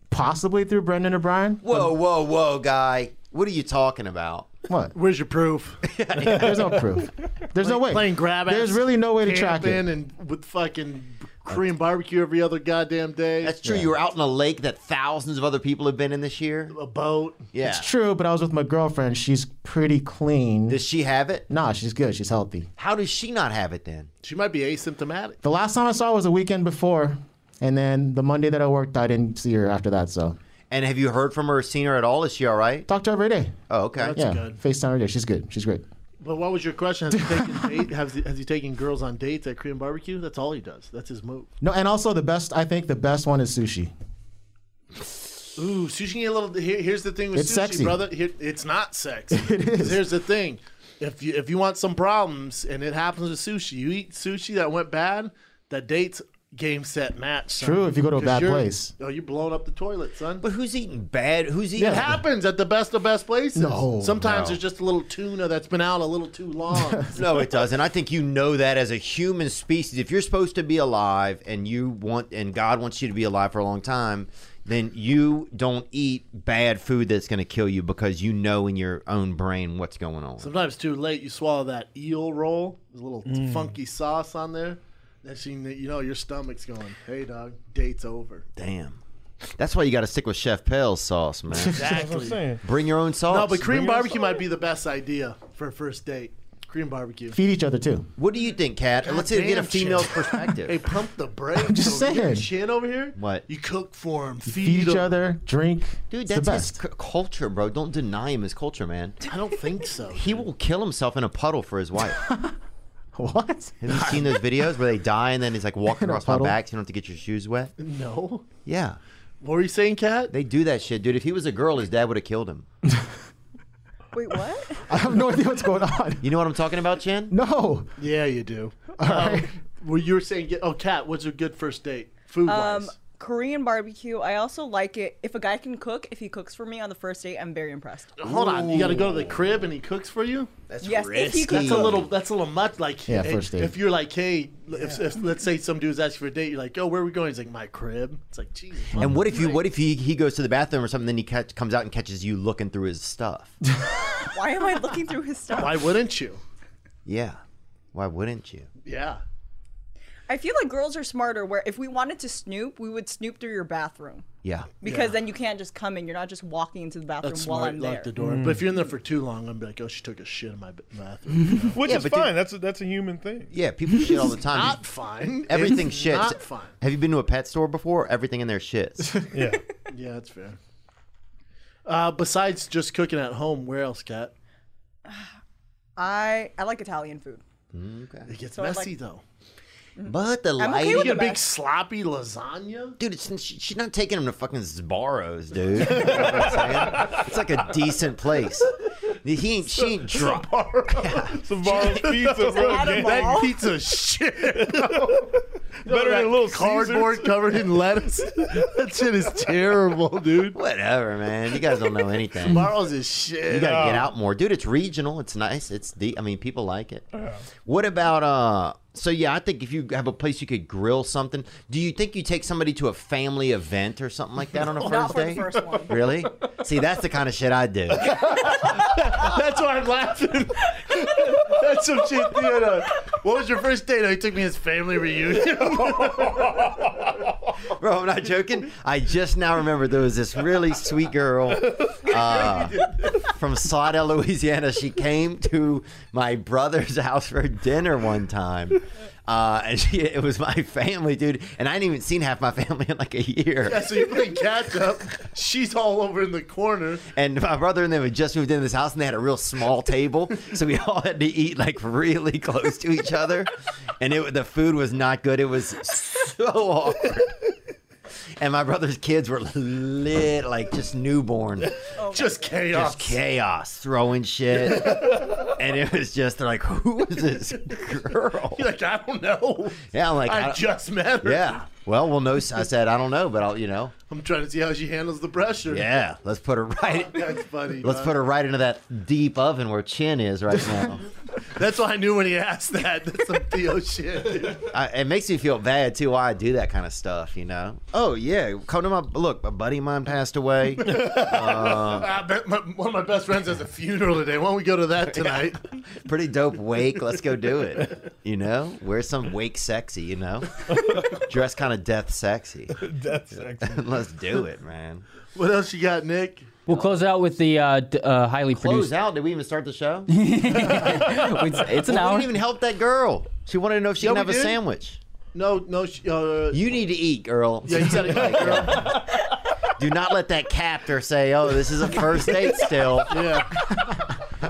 possibly through Brendan O'Brien.
whoa, whoa, whoa, guy. What are you talking about?
What?
Where's your proof?
There's no proof. There's no way.
Playing grab.
There's really no way to track it.
camping And with fucking Korean barbecue every other goddamn day.
That's true. You were out in a lake that thousands of other people have been in this year.
A boat.
Yeah.
It's true, but I was with my girlfriend. She's pretty clean.
Does she have it?
Nah, she's good. She's healthy.
How does she not have it then?
She might be asymptomatic.
The last time I saw her was the weekend before, and then the Monday that I worked, I didn't see her after that. So
And have you heard from her or seen her at all? Is she all right?
Talk to her every day.
Oh, okay.
yeah, FaceTime every day. She's good. She's great.
But what was your question? Has he taken date, has, he, has he taken girls on dates at Korean barbecue? That's all he does. That's his move.
No, and also the best. I think the best one is sushi.
Ooh, sushi can get a little. Here, here's the thing with
It's
sushi,
sexy.
brother. Here, it's not sexy. it is. Here's the thing: if you if you want some problems, and it happens with sushi, you eat sushi that went bad. That dates game set match. son.
True, if you go to a
'Cause
bad
you're-
place.
oh, you're blowing up the toilet, son. But
who's eating bad? Who's
It happens at the best of best places.
No.
sometimes
No.
there's just a little tuna that's been out a little too long.
No, it doesn't. I think you know that as a human species, if you're supposed to be alive and you want and God wants you to be alive for a long time, then you don't eat bad food that's going to kill you because you know in your own brain what's going on.
Sometimes too late, you swallow that eel roll. There's a little funky sauce on there. Next thing that you know, your stomach's going, "Hey, dog, date's over."
Damn. That's why you got to stick with Chef Pell's sauce, man.
Exactly.
Bring your own sauce.
No, but cream barbecue might be the best idea for a first date. Cream barbecue.
Feed each other too.
What do you think, Kat? Let's
Goddamn
get a female's
shit.
perspective.
hey, pump the brakes. I'm
just saying.
Chin over here.
What?
You cook for him. Feed,
Feed, each
him.
other, drink.
Dude,
It's the
that's his
best.
cu- culture, bro. Don't deny him his culture, man.
I don't think so.
He will kill himself in a puddle for his wife.
what?
Have you seen those videos where they die and then he's like walking across my
puddle?
back so you don't have to get your shoes wet?
No.
Yeah.
What were you saying, Kat?
They do that shit, dude. If he was a girl, his dad would have killed him.
Wait, what?
I have no idea what's going on.
You know what I'm talking about, Chen?
No.
Yeah, you do. Um, Well, you were saying, oh, Kat, what's a good first date? Food wise.
Um, Korean barbecue. I also like it if a guy can cook. If he cooks for me on the first date, I'm very impressed.
Hold on, you got to go to the crib and he cooks for you.
That's
Yes, if he risky.
That's a little. That's a little much. Like,
Yeah,
hey,
first date.
if you're like, hey, if, if, let's say some dude's asking for a date, you're like, oh, where are we going? He's like, my crib. It's like, Jesus.
And what if you? What if he, he goes to the bathroom or something, then he catch, comes out and catches you looking through his stuff?
Why am I looking through his stuff?
Why wouldn't you?
yeah. Why wouldn't you?
Yeah.
I feel like girls are smarter. Where if we wanted to snoop, we would snoop through your bathroom
Yeah.
because then you can't just come in. You're not just walking into the bathroom
That's
while
smart.
I'm there.
Lock the door.
Mm.
But if you're in there for too long, I'm gonna be like, oh, she took a shit in my b- bathroom. You know?
Which
Yeah,
is
but did-
fine. That's a, that's a human thing.
Yeah. People shit all the time.
not fine.
Everything
It's
shits.
Not fine.
Have you been to a pet store before? Everything in there shits.
Yeah.
Yeah, that's fair. Uh, besides just cooking at home, where else, Kat?
I I like Italian food.
It gets
So I like-
messy though.
but the
I'm okay
lighting,
with
You get a
the
big
mess.
sloppy lasagna.
dude. It's, she- she's not taking him to fucking Sbarro's, dude. You know what I'm saying? It's like a decent place. He ain't. She ain't drunk.
Some borrowed pizza, bro.
At a
Gang-
mall?
That pizza is shit.
Better than little
cardboard covered in lettuce. that shit is terrible, dude.
Whatever, man. You guys don't know anything.
Tomorrow's is
You
shit.
gotta get out more, dude. It's regional. It's nice. It's the. I mean, people like it. What about uh? So yeah, I think if you have a place you could grill something, do you think you take somebody to a family event or something like that on a first
Not for the
date?
first one.
Really? See, that's the kind of shit I do.
That's why I'm laughing. That's some shit theater. What was your first date? Oh, he took me to his family reunion.
Bro, I'm not joking. I just now remembered there was this really sweet girl uh, from Slaughter, Louisiana. She came to my brother's house for dinner one time. Uh, and she, it was my family, dude. And I hadn't even seen half my family in like a year.
so you play catch up. She's all over in the corner.
And my brother and them had just moved into this house and they had a real small table. So we all had to eat like really close to each other. And it, the food was not good. It was so awkward. And my brother's kids were lit, like just newborn.
Just chaos.
just chaos, throwing shit. and it was just they're like, who is this girl?
You're like, I don't know.
Yeah, I'm like, I
I
don't-
just met her.
yeah. Well, we'll know. I said, I don't know, but I'll, you know,
I'm trying to see how she handles the pressure.
yeah. Let's put her right.
That's funny.
Let's put her right into that deep oven where Chin is right now.
That's why I knew when he asked that. That's some Theo shit. dude.
I, it makes me feel bad too why I do that kind of stuff, you know? Oh, yeah. Come to my. Look, a buddy of mine passed away. Um,
I bet my, one of my best friends has a funeral today. Why don't we go to that tonight?
pretty dope wake. Let's go do it. You know? Wear some wake sexy, you know? Dress kind of death sexy.
Death sexy.
Let's do it, man.
What else you got, Nick?
We'll close out with the uh, d- uh, highly
Close
produced.
out. Did we even start the show?
it's, it's an
Well,
hour.
We didn't even help that girl. She wanted to know if she
Yeah,
can
we
have a
did.
sandwich.
No, no. sh- Uh,
You need to eat, girl.
yeah, you gotta go, girl.
Do not let that captor say, "Oh, this is a first date still."
Yeah,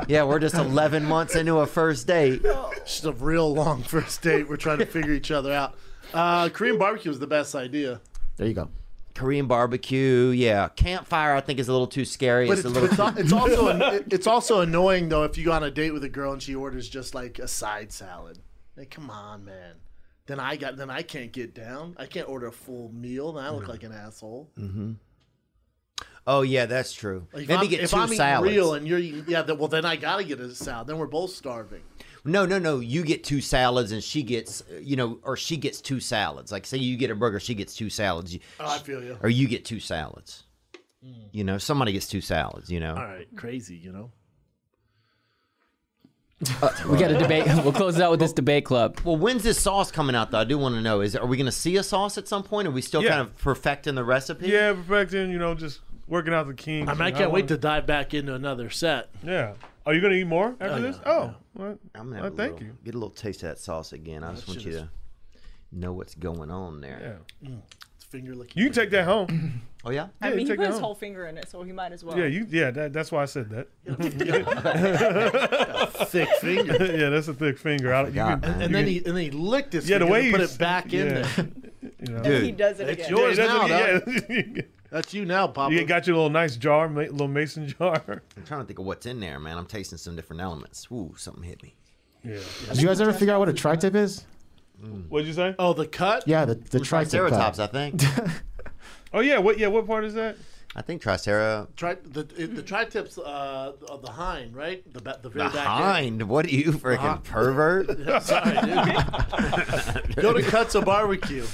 Yeah, we're just 11 months into a first date.
it's just a real long first date. We're trying to figure each other out. Uh, Korean barbecue is the best idea.
There you go.
Korean barbecue, yeah. Campfire, I think, is a little too scary.
But
It's,
it's,
a
but
little.
it's, al- it's also an- it's also annoying though if you go on a date with a girl and she orders just like a side salad. Like, come on, man. Then I got then I can't get down. I can't order a full meal. Then I
Hmm.
look like an asshole.
Mm-hmm. oh yeah, that's true.
Like, if
Maybe
I'm,
get
if
two
I'm eating
salads.
real and you're eating, yeah, then, well then I gotta get a salad. Then we're both starving.
No, no, no. You get two salads, and she gets, uh, you know, or she gets two salads. Like, say you get a burger, she gets two salads. You-
Oh, I feel you.
or you get two salads. You know, somebody gets two salads. You know,
All right, crazy, you know.
We got a debate. We'll close it out with this debate club.
Well, when's this sauce coming out? Though I do want to know: is are we going to see a sauce at some point? Are we still
Yeah.
kind of perfecting the recipe?
Yeah, perfecting. You know, just working out the kinks.
I mean, I
and
can't wait to
wanna-
dive back into another set.
Yeah. Are you gonna eat more after this? oh, well,
I'm gonna
well,
have a
thank
little-
you.
Get a little taste of that sauce again. I just want you to know what's going on there.
Yeah.
Mm. It's finger licking.
You can take that home.
Oh yeah.
Yeah,
I
you
mean, he
take
put
that
his
home.
whole finger in it, so he might as well.
Yeah, you. Yeah, that, that's why I said that.
thick finger.
yeah, that's a thick finger. I, you
forgot, man.
And then he and then he licked his
Yeah, the
finger
way
and
you
put
s-
it back in
yeah.
there.
you know.
He
Dude,
does it
It's
again.
yours.
That's
now,
what-
dog.
yeah.
That's you now, Papa.
you got your little nice jar, ma- little mason jar.
I'm trying to think of what's in there, man. I'm tasting some different elements. Ooh, something hit me.
Yeah.
Did you guys ever figure out what a tri-tip is?
Mm.
What'd you say?
oh, the cut.
Yeah, the, the tri-tip.
Triceratops,
cut.
I think.
Oh yeah. What? Yeah. What part is that?
I think Tricera
Tri- the it- the tri tips uh, of the hind, right? The ba- the very back end.
behind. What are you freaking
Uh-huh.
pervert?
Sorry, dude. Go to Cuts of Barbecue.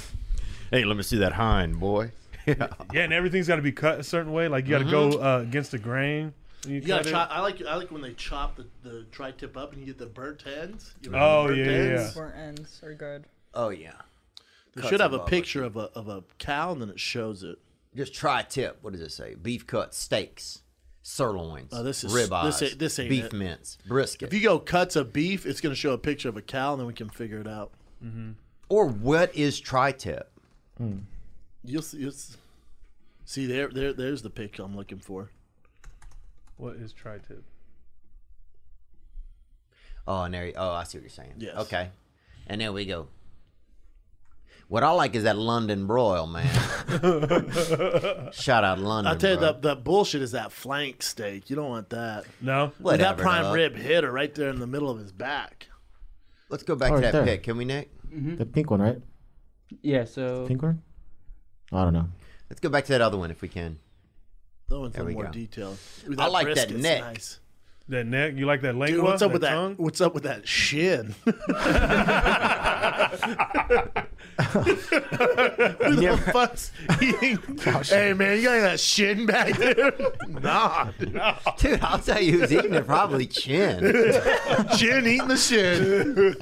hey, let me see that hind, boy. Yeah.
Yeah, and everything's got to be cut a certain way. Like you got to go uh, against the grain. when
Mm-hmm. You gotta
cut it.
chop. I like I like when they chop the, the tri tip up and you get the burnt ends. You know,
Oh,
the burnt
yeah, yeah,
ends.
Burnt ends are good.
Oh yeah.
They
Cuts
should have
of
a picture of a of a cow and then it shows it.
Just try tip. What does it say? Beef cuts, steaks, sirloins,
Oh, this is-
rib
this
eyes,
ain't- this ain't
beef
it.
mince, brisket,
If you go cuts of beef, it's gonna show a picture of a cow and then we can figure it out.
or what is tri-tip? Mm.
You'll see. You'll see. See there, there, there's the picture I'm looking for.
What is tri-tip?
Oh, and there. Oh, I see what you're saying.
Yes.
Okay. And there we go. What I like is that London broil, man. Shout out London.
I'll tell you
bro.
that that bullshit is that flank steak. You don't want that.
No.
Whatever,
that prime
dog.
rib hitter right there in the middle of his back.
Let's go back
Oh,
to
right
that
there.
pic, can we, Nick?
Mm-hmm.
The pink one, right?
Yeah. So
Pink one? I don't know.
Let's go back to that other one if we can.
That one's in
we
more
go.
detail. Ooh,
I like that
brisket's
neck.
Nice.
That neck. You like that lengua?
Dude, what's up with that?
tongue?
What's up with that shin? Who the fuck's eating?
Oh,
Hey man, you got that shin back there? nah, dude.
Dude, I'll tell you who's eating it. Probably Chin.
shin eating the shin.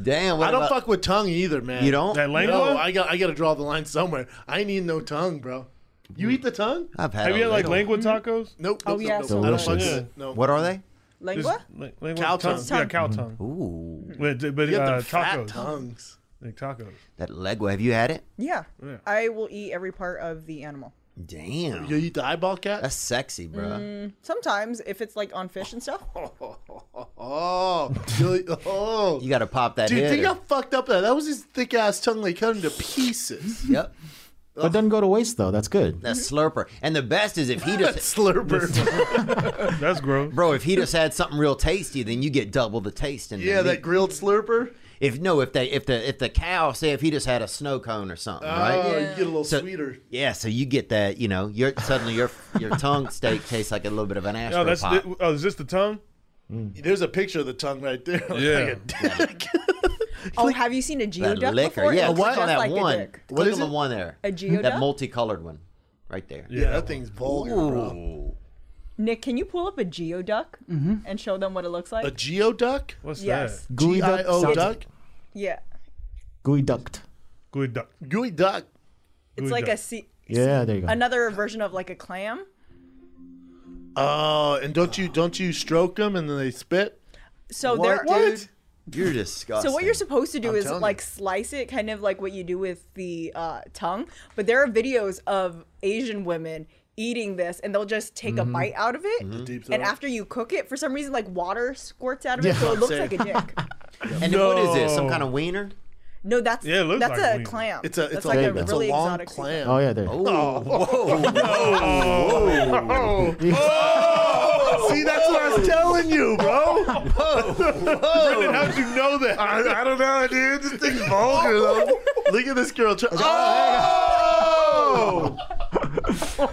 Damn. What
I don't
about-
fuck with tongue either, man.
You don't?
That lengua?
No, I got I got to draw the line somewhere. I ain't eating no tongue, bro. You eat the tongue? Mm-hmm.
I've had.
Have
a
you had like
little.
lengua tacos?
Nope.
Oh,
nope,
yeah,
nope,
so
nope. I don't fuck
good.
with it. No.
What are they?
Just
Lengua?
le- lengua
Cow tongue.
Yeah, cow tongue.
Mm-hmm. Ooh,
But, but
You got
uh,
them fat
tacos.
tongues.
Like tacos.
that legua. Have you had it?
Yeah.
Yeah.
I will eat every part of the animal.
Damn.
You eat the eyeball cat?
That's sexy, bro.
Mm. Sometimes, if it's like on fish and stuff,
Oh, you- oh.
You got to pop that.
Dude,
head.
think how fucked up that. That was his thick ass tongue like cut into pieces.
Yep.
But it doesn't go to waste though. That's good.
That slurper. And the best is if he just
Slurper.
That's gross.
Bro, if he just had something real tasty, then you get double the taste in
yeah,
there.
that grilled slurper.
if no, if they if the if the cow say if he just had a snow cone or something,
Oh,
right?
you get a little
So-
sweeter.
Yeah, so you get that, you know, your suddenly your your tongue steak tastes like a little bit of an
Oh,
astro
that's
pop.
the, oh, is this the tongue?
Mm. There's a picture of the tongue right there.
Yeah.
Oh, have you seen a geoduck
That liquor.
before?
Yeah,
It
click
looks
on
just
that
like a
one.
dick.
Click on the one there.
A geoduck?
That multicolored one. Right there.
Yeah, that thing's vulgar, bro.
Nick, can you pull up a geoduck
Mm-hmm.
and show them what it looks like?
A geoduck? What's
Yes.
that?
Gooey duck
G-I-O
sounds-
duck?
yeah,
Gooey ducked.
Gooey duck.
Gooey duck.
it's like a sea.
Yeah, there you go.
Another version of like a clam.
Oh, and don't you don't you stroke them and then they spit?
So
What?
they're
What?
You're disgusting.
So what you're supposed to do
I'm
is
telling
like slice it, kind of like what you do with the uh, tongue. But there are videos of Asian women eating this, and they'll just take
Mhm.
a bite out of it.
The deep
And
throat.
after you cook it, for some reason, like water squirts out of it,
Yeah.
so it looks
Same.
like a dick.
and then what is this? Some kind of wiener?
No, that's
Yeah, it looks
that's
like
a
weed.
clam.
It's a-
that's
it's a-
like
There
a
you go. It's a
really
long
exotic clam.
Oh yeah, there. you go.
Oh, whoa.
Whoa. See, that's what I was telling you, bro. Brendan, how'd you know that? I, I don't know, dude. This thing's vulgar, though. Look at this girl. Try- oh!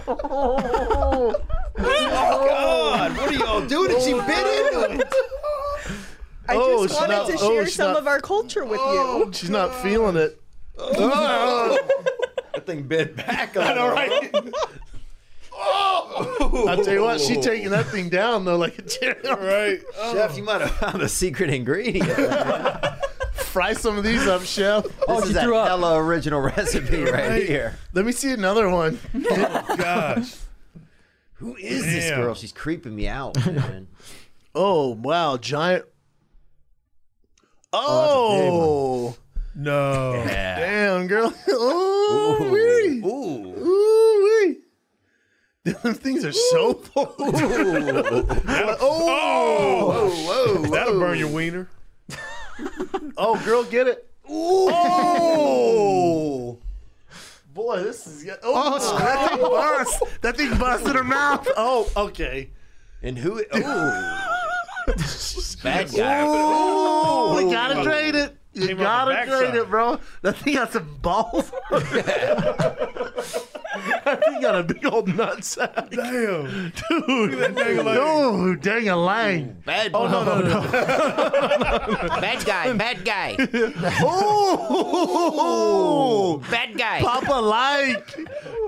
Oh,
God, what do y'all do? Did she bit into it?
I
Oh,
just
she's
wanted
not-
to
oh,
share
she's
some
not-
of our culture with you.
She's not feeling it. Oh,
That thing bit back
I know, right?
Oh!
I tell you what, she
Ooh.
taking that thing down though like a chair. Oh. Right,
Chef, you might have found a secret ingredient.
Fry some of these up, chef.
Oh, This she is threw a up. hella original recipe right here.
Let me see another one.
Gosh. Who is this
Damn.
girl? She's creeping me out, man.
Oh wow, giant.
Oh,
Oh,
No.
damn girl. Ooh, wee.
Ooh.
Ooh, wee. Those things are so full. oh,
whoa, whoa.
Oh. That'll burn your wiener.
oh, girl, get it. Oh, boy, this is oh, that thing bust. That thing bust in her mouth. Oh, okay.
And who? Ooh. Bad
Ooh,
guy.
you gotta drain it. You
Oh. Came out the
gotta drain
backside.
it, bro. That thing got some balls. that thing got a big old nutsack.
Damn.
Dude.
dang-a-lang.
Ooh, dang a lang.
Bad
Oh, no, no, no.
Bad guy. Bad guy.
Ooh.
Bad guy.
Papa like.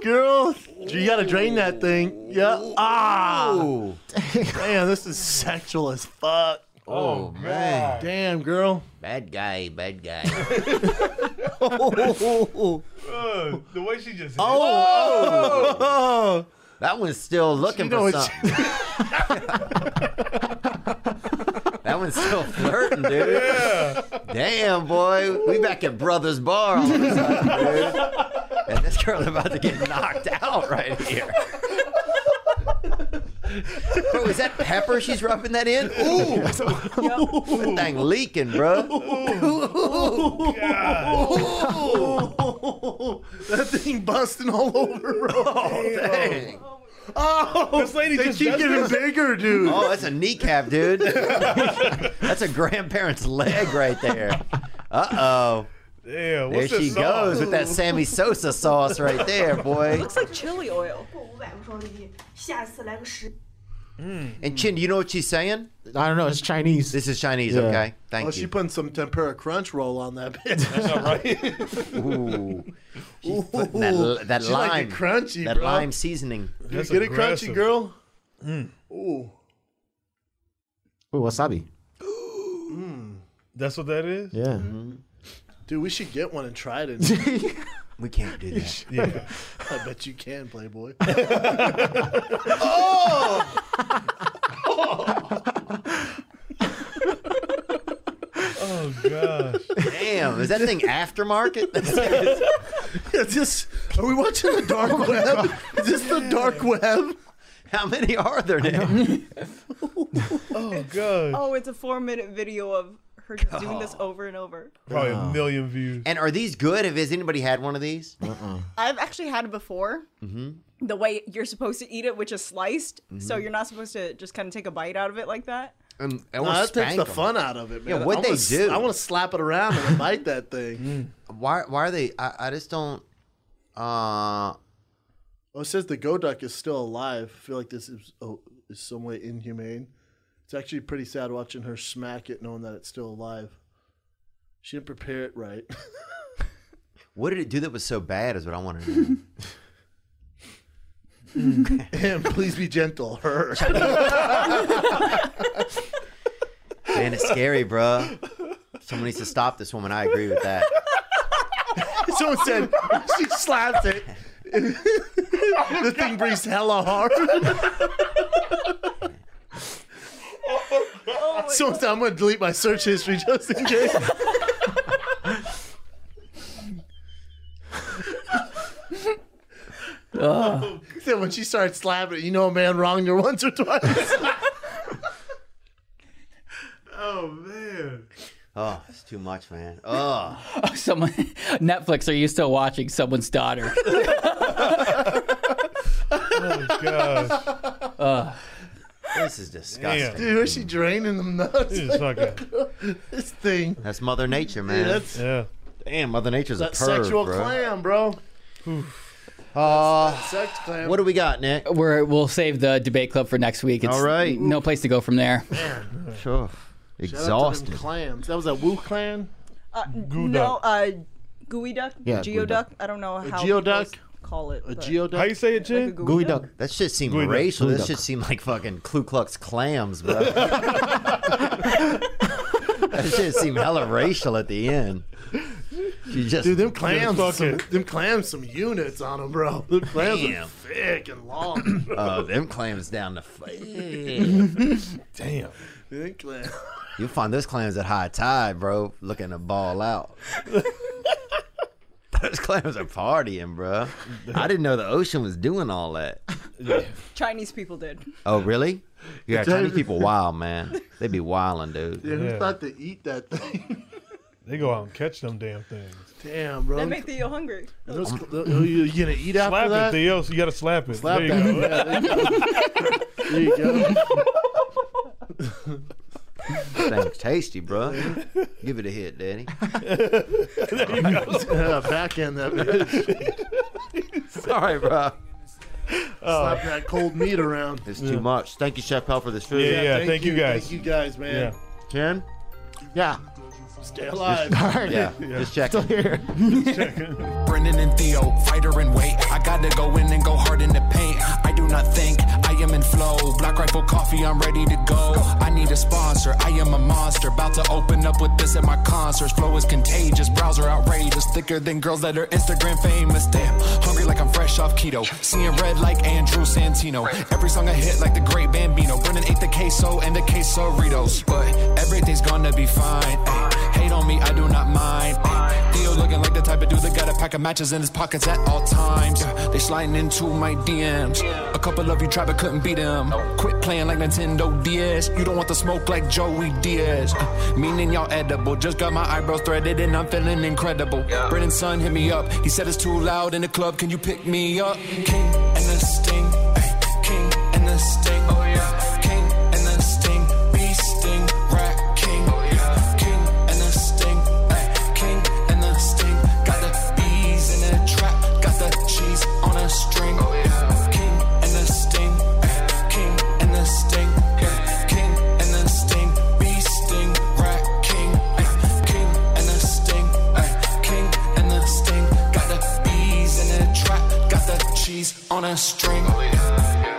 Girl, you gotta drain that thing. Yeah. Ah.
Ooh.
Damn, this is sexual as fuck.
Oh, man.
Damn, girl.
Bad guy. Bad guy.
Oh.
Uh, the way she just.
oh.
That one's still looking
You know
for
it's-
something. that one's still flirting, dude. Damn, boy. We back at Brothers Bar all of a sudden, dude. And this girl about to get knocked out right here. Bro, is that pepper she's rubbing that in? Ooh! That thing leaking, bro.
Oh, that thing busting all over. bro.
Dang.
Oh,
This lady
they
just
keep
does
getting
this?
bigger, dude.
Oh, that's a kneecap, dude. that's a grandparent's leg right there. Uh oh.
Damn.
There
What's
she
this song?
goes with that Sammy Sosa sauce right there, boy.
Looks like chili oil.
过五百个烧的币，下次来个十。
Mm.
And Chin, do you know what she's saying?
I don't know. It's Chinese.
This is Chinese,
Yeah.
okay? Thank
Oh, she
you.
putting some tempura crunch roll on that bitch.
Ooh. She's putting
Ooh,
that, that
she like
lime,
it crunchy,
that
bro.
lime seasoning.
You
That's
get
aggressive. Mm.
it crunchy, girl. Ooh,
Ooh, wasabi.
That's what that is.
Yeah.
mm. Mm-hmm. dude, we should get one and try it. In.
We can't do that.
Yeah.
I bet you can, Playboy. Oh!
oh gosh.
Damn, is that thing aftermarket?
Is this? Are we watching the dark
Oh,
web? Is this the dark web?
How many are there now?
Oh gosh.
Oh, it's a four-minute video of her just doing this over and over.
Probably a million views.
Oh. And are these good? Has anybody had one of these?
Uh-uh.
Um,
I've actually had it before. The way you're supposed to eat it, which is sliced, so you're not supposed to just kind of take a bite out of it like that.
Um, I
No,
wanna
that takes
spank
the
'em.
fun out of it, man.
Yeah, what'd
I
they
wanna s-
do? Mm.
I want to slap it around and bite that thing.
Why? Why are they? I, I just don't. Uh,
Oh, it says the Goduck is still alive. I feel like this is oh, is some way inhumane. It's actually pretty sad watching her smack it, knowing that it's still alive. She didn't prepare it right.
What did it do that was so bad? Is what I wanted to know.
and please be gentle, her.
Man, it's scary, bruh. Someone needs to stop this woman. I agree with that.
Someone said she slaps it.
Oh,
the thing breathes hella hard.
Oh,
Someone said I'm gonna delete my search history just in case.
Ah.
Ugh.
Then when she started slapping it, you know a man wronged her once or twice.
Oh man.
Oh, it's too much, man. Oh,
someone Netflix. Are you still watching someone's daughter?
oh gosh.
This is disgusting.
Dude, is she draining them nuts?
It's like a-
this thing.
That's Mother Nature, man.
Dude, that's-
Yeah.
Damn, Mother Nature's
That
a perv,
sexual
bro.
clam, bro.
Uh,
Sex clam.
what do we got, Nick?
We're, we'll save the debate club for next week. It's
All right.
No place to go from there.
Sure.
Shout out to them
Exhausted.
Clams. That was a Wu clan.
Uh,
Goo
no,
duck.
uh, gooey duck,
Yeah, gooey
geoduck.
duck.
I don't know how
geoduck?
people call it.
A
but-
How you
geoduck.
say it,
like a
Jen?
gooey
Gooey
duck.
duck.
That shit seemed
Gooey duck.
racial.
Gooey
That
duck.
shit seemed like fucking Ku Klux Klams, bro. that shit seemed hella racial at the end. She just
Dude, them clams,
fuck
some,
it.
them clams, some units on them, bro. Them clams are thick and long.
uh, them clams down the face.
Damn.
them clams.
You'll find those clams at high tide, bro, looking to ball out. those clams are partying, bro. I didn't know the ocean was doing all that.
Chinese people did.
Oh, really? Yeah, Chinese people wild, man. They be wilding, dude.
Dude, who
Yeah.
thought to eat that thing?
They go out and catch them damn things.
Damn, bro.
They make the you hungry.
Those, are you gonna eat after
Slap
that?
it, Theo. So you gotta slap it.
Slap
there
that.
you go.
Yeah, there you go.
Thing's tasty, bro. Give it a hit, Daddy.
Yeah, Uh, back end that bitch.
Sorry, bro.
Slap that cold meat around.
It's too much. Thank you, Chef Pell, for this food.
Yeah, yeah. thank you guys.
Thank you guys, man.
Yeah.
Ken?
Yeah.
Stay alive.
All right.
Yeah. Just
Still
checking.
here.
Brennan and Theo, fighter and weight. I gotta go in and go hard in the paint. I do not think I am in flow. Black rifle coffee, I'm ready to go. I need a sponsor, I am a monster. About to open up with this at my concerts. Flow is contagious, browser outrageous. Thicker than girls that are Instagram famous. Damn, hungry like I'm fresh off keto. Seeing red like Andrew Santino. Every song I hit like the great Bambino. Brennan ate the queso and the quesoritos. But everything's gonna be fine. Ay, hate on me, I do not mind. Ay, Theo looking like the type of dude that got a pack of matches in his pockets at all times. Yeah, They sliding into my DMs. A couple of you tried but couldn't beat them. Quit playing like Nintendo DS. You don't want the smoke like Joey Diaz. Uh, Meaning y'all edible. Just got my eyebrows threaded and I'm feeling incredible. Brennan's son hit me up. He said it's too loud in the club. Can you pick me up? King and the sting. Ay, King and the sting. Oh yeah. King and the sting. Beast sting. Rack king. Oh yeah. King and the sting. Ay, King and the sting. Got the bees in a trap. Got the cheese on a string. Oh yeah. King and the sting. Ay, King and the sting. Yeah. King and the sting. Beast sting. Rack king. Ay, King and the sting. Ay, King and the sting. Got the bees in a trap. Got the cheese on a string. Oh yeah.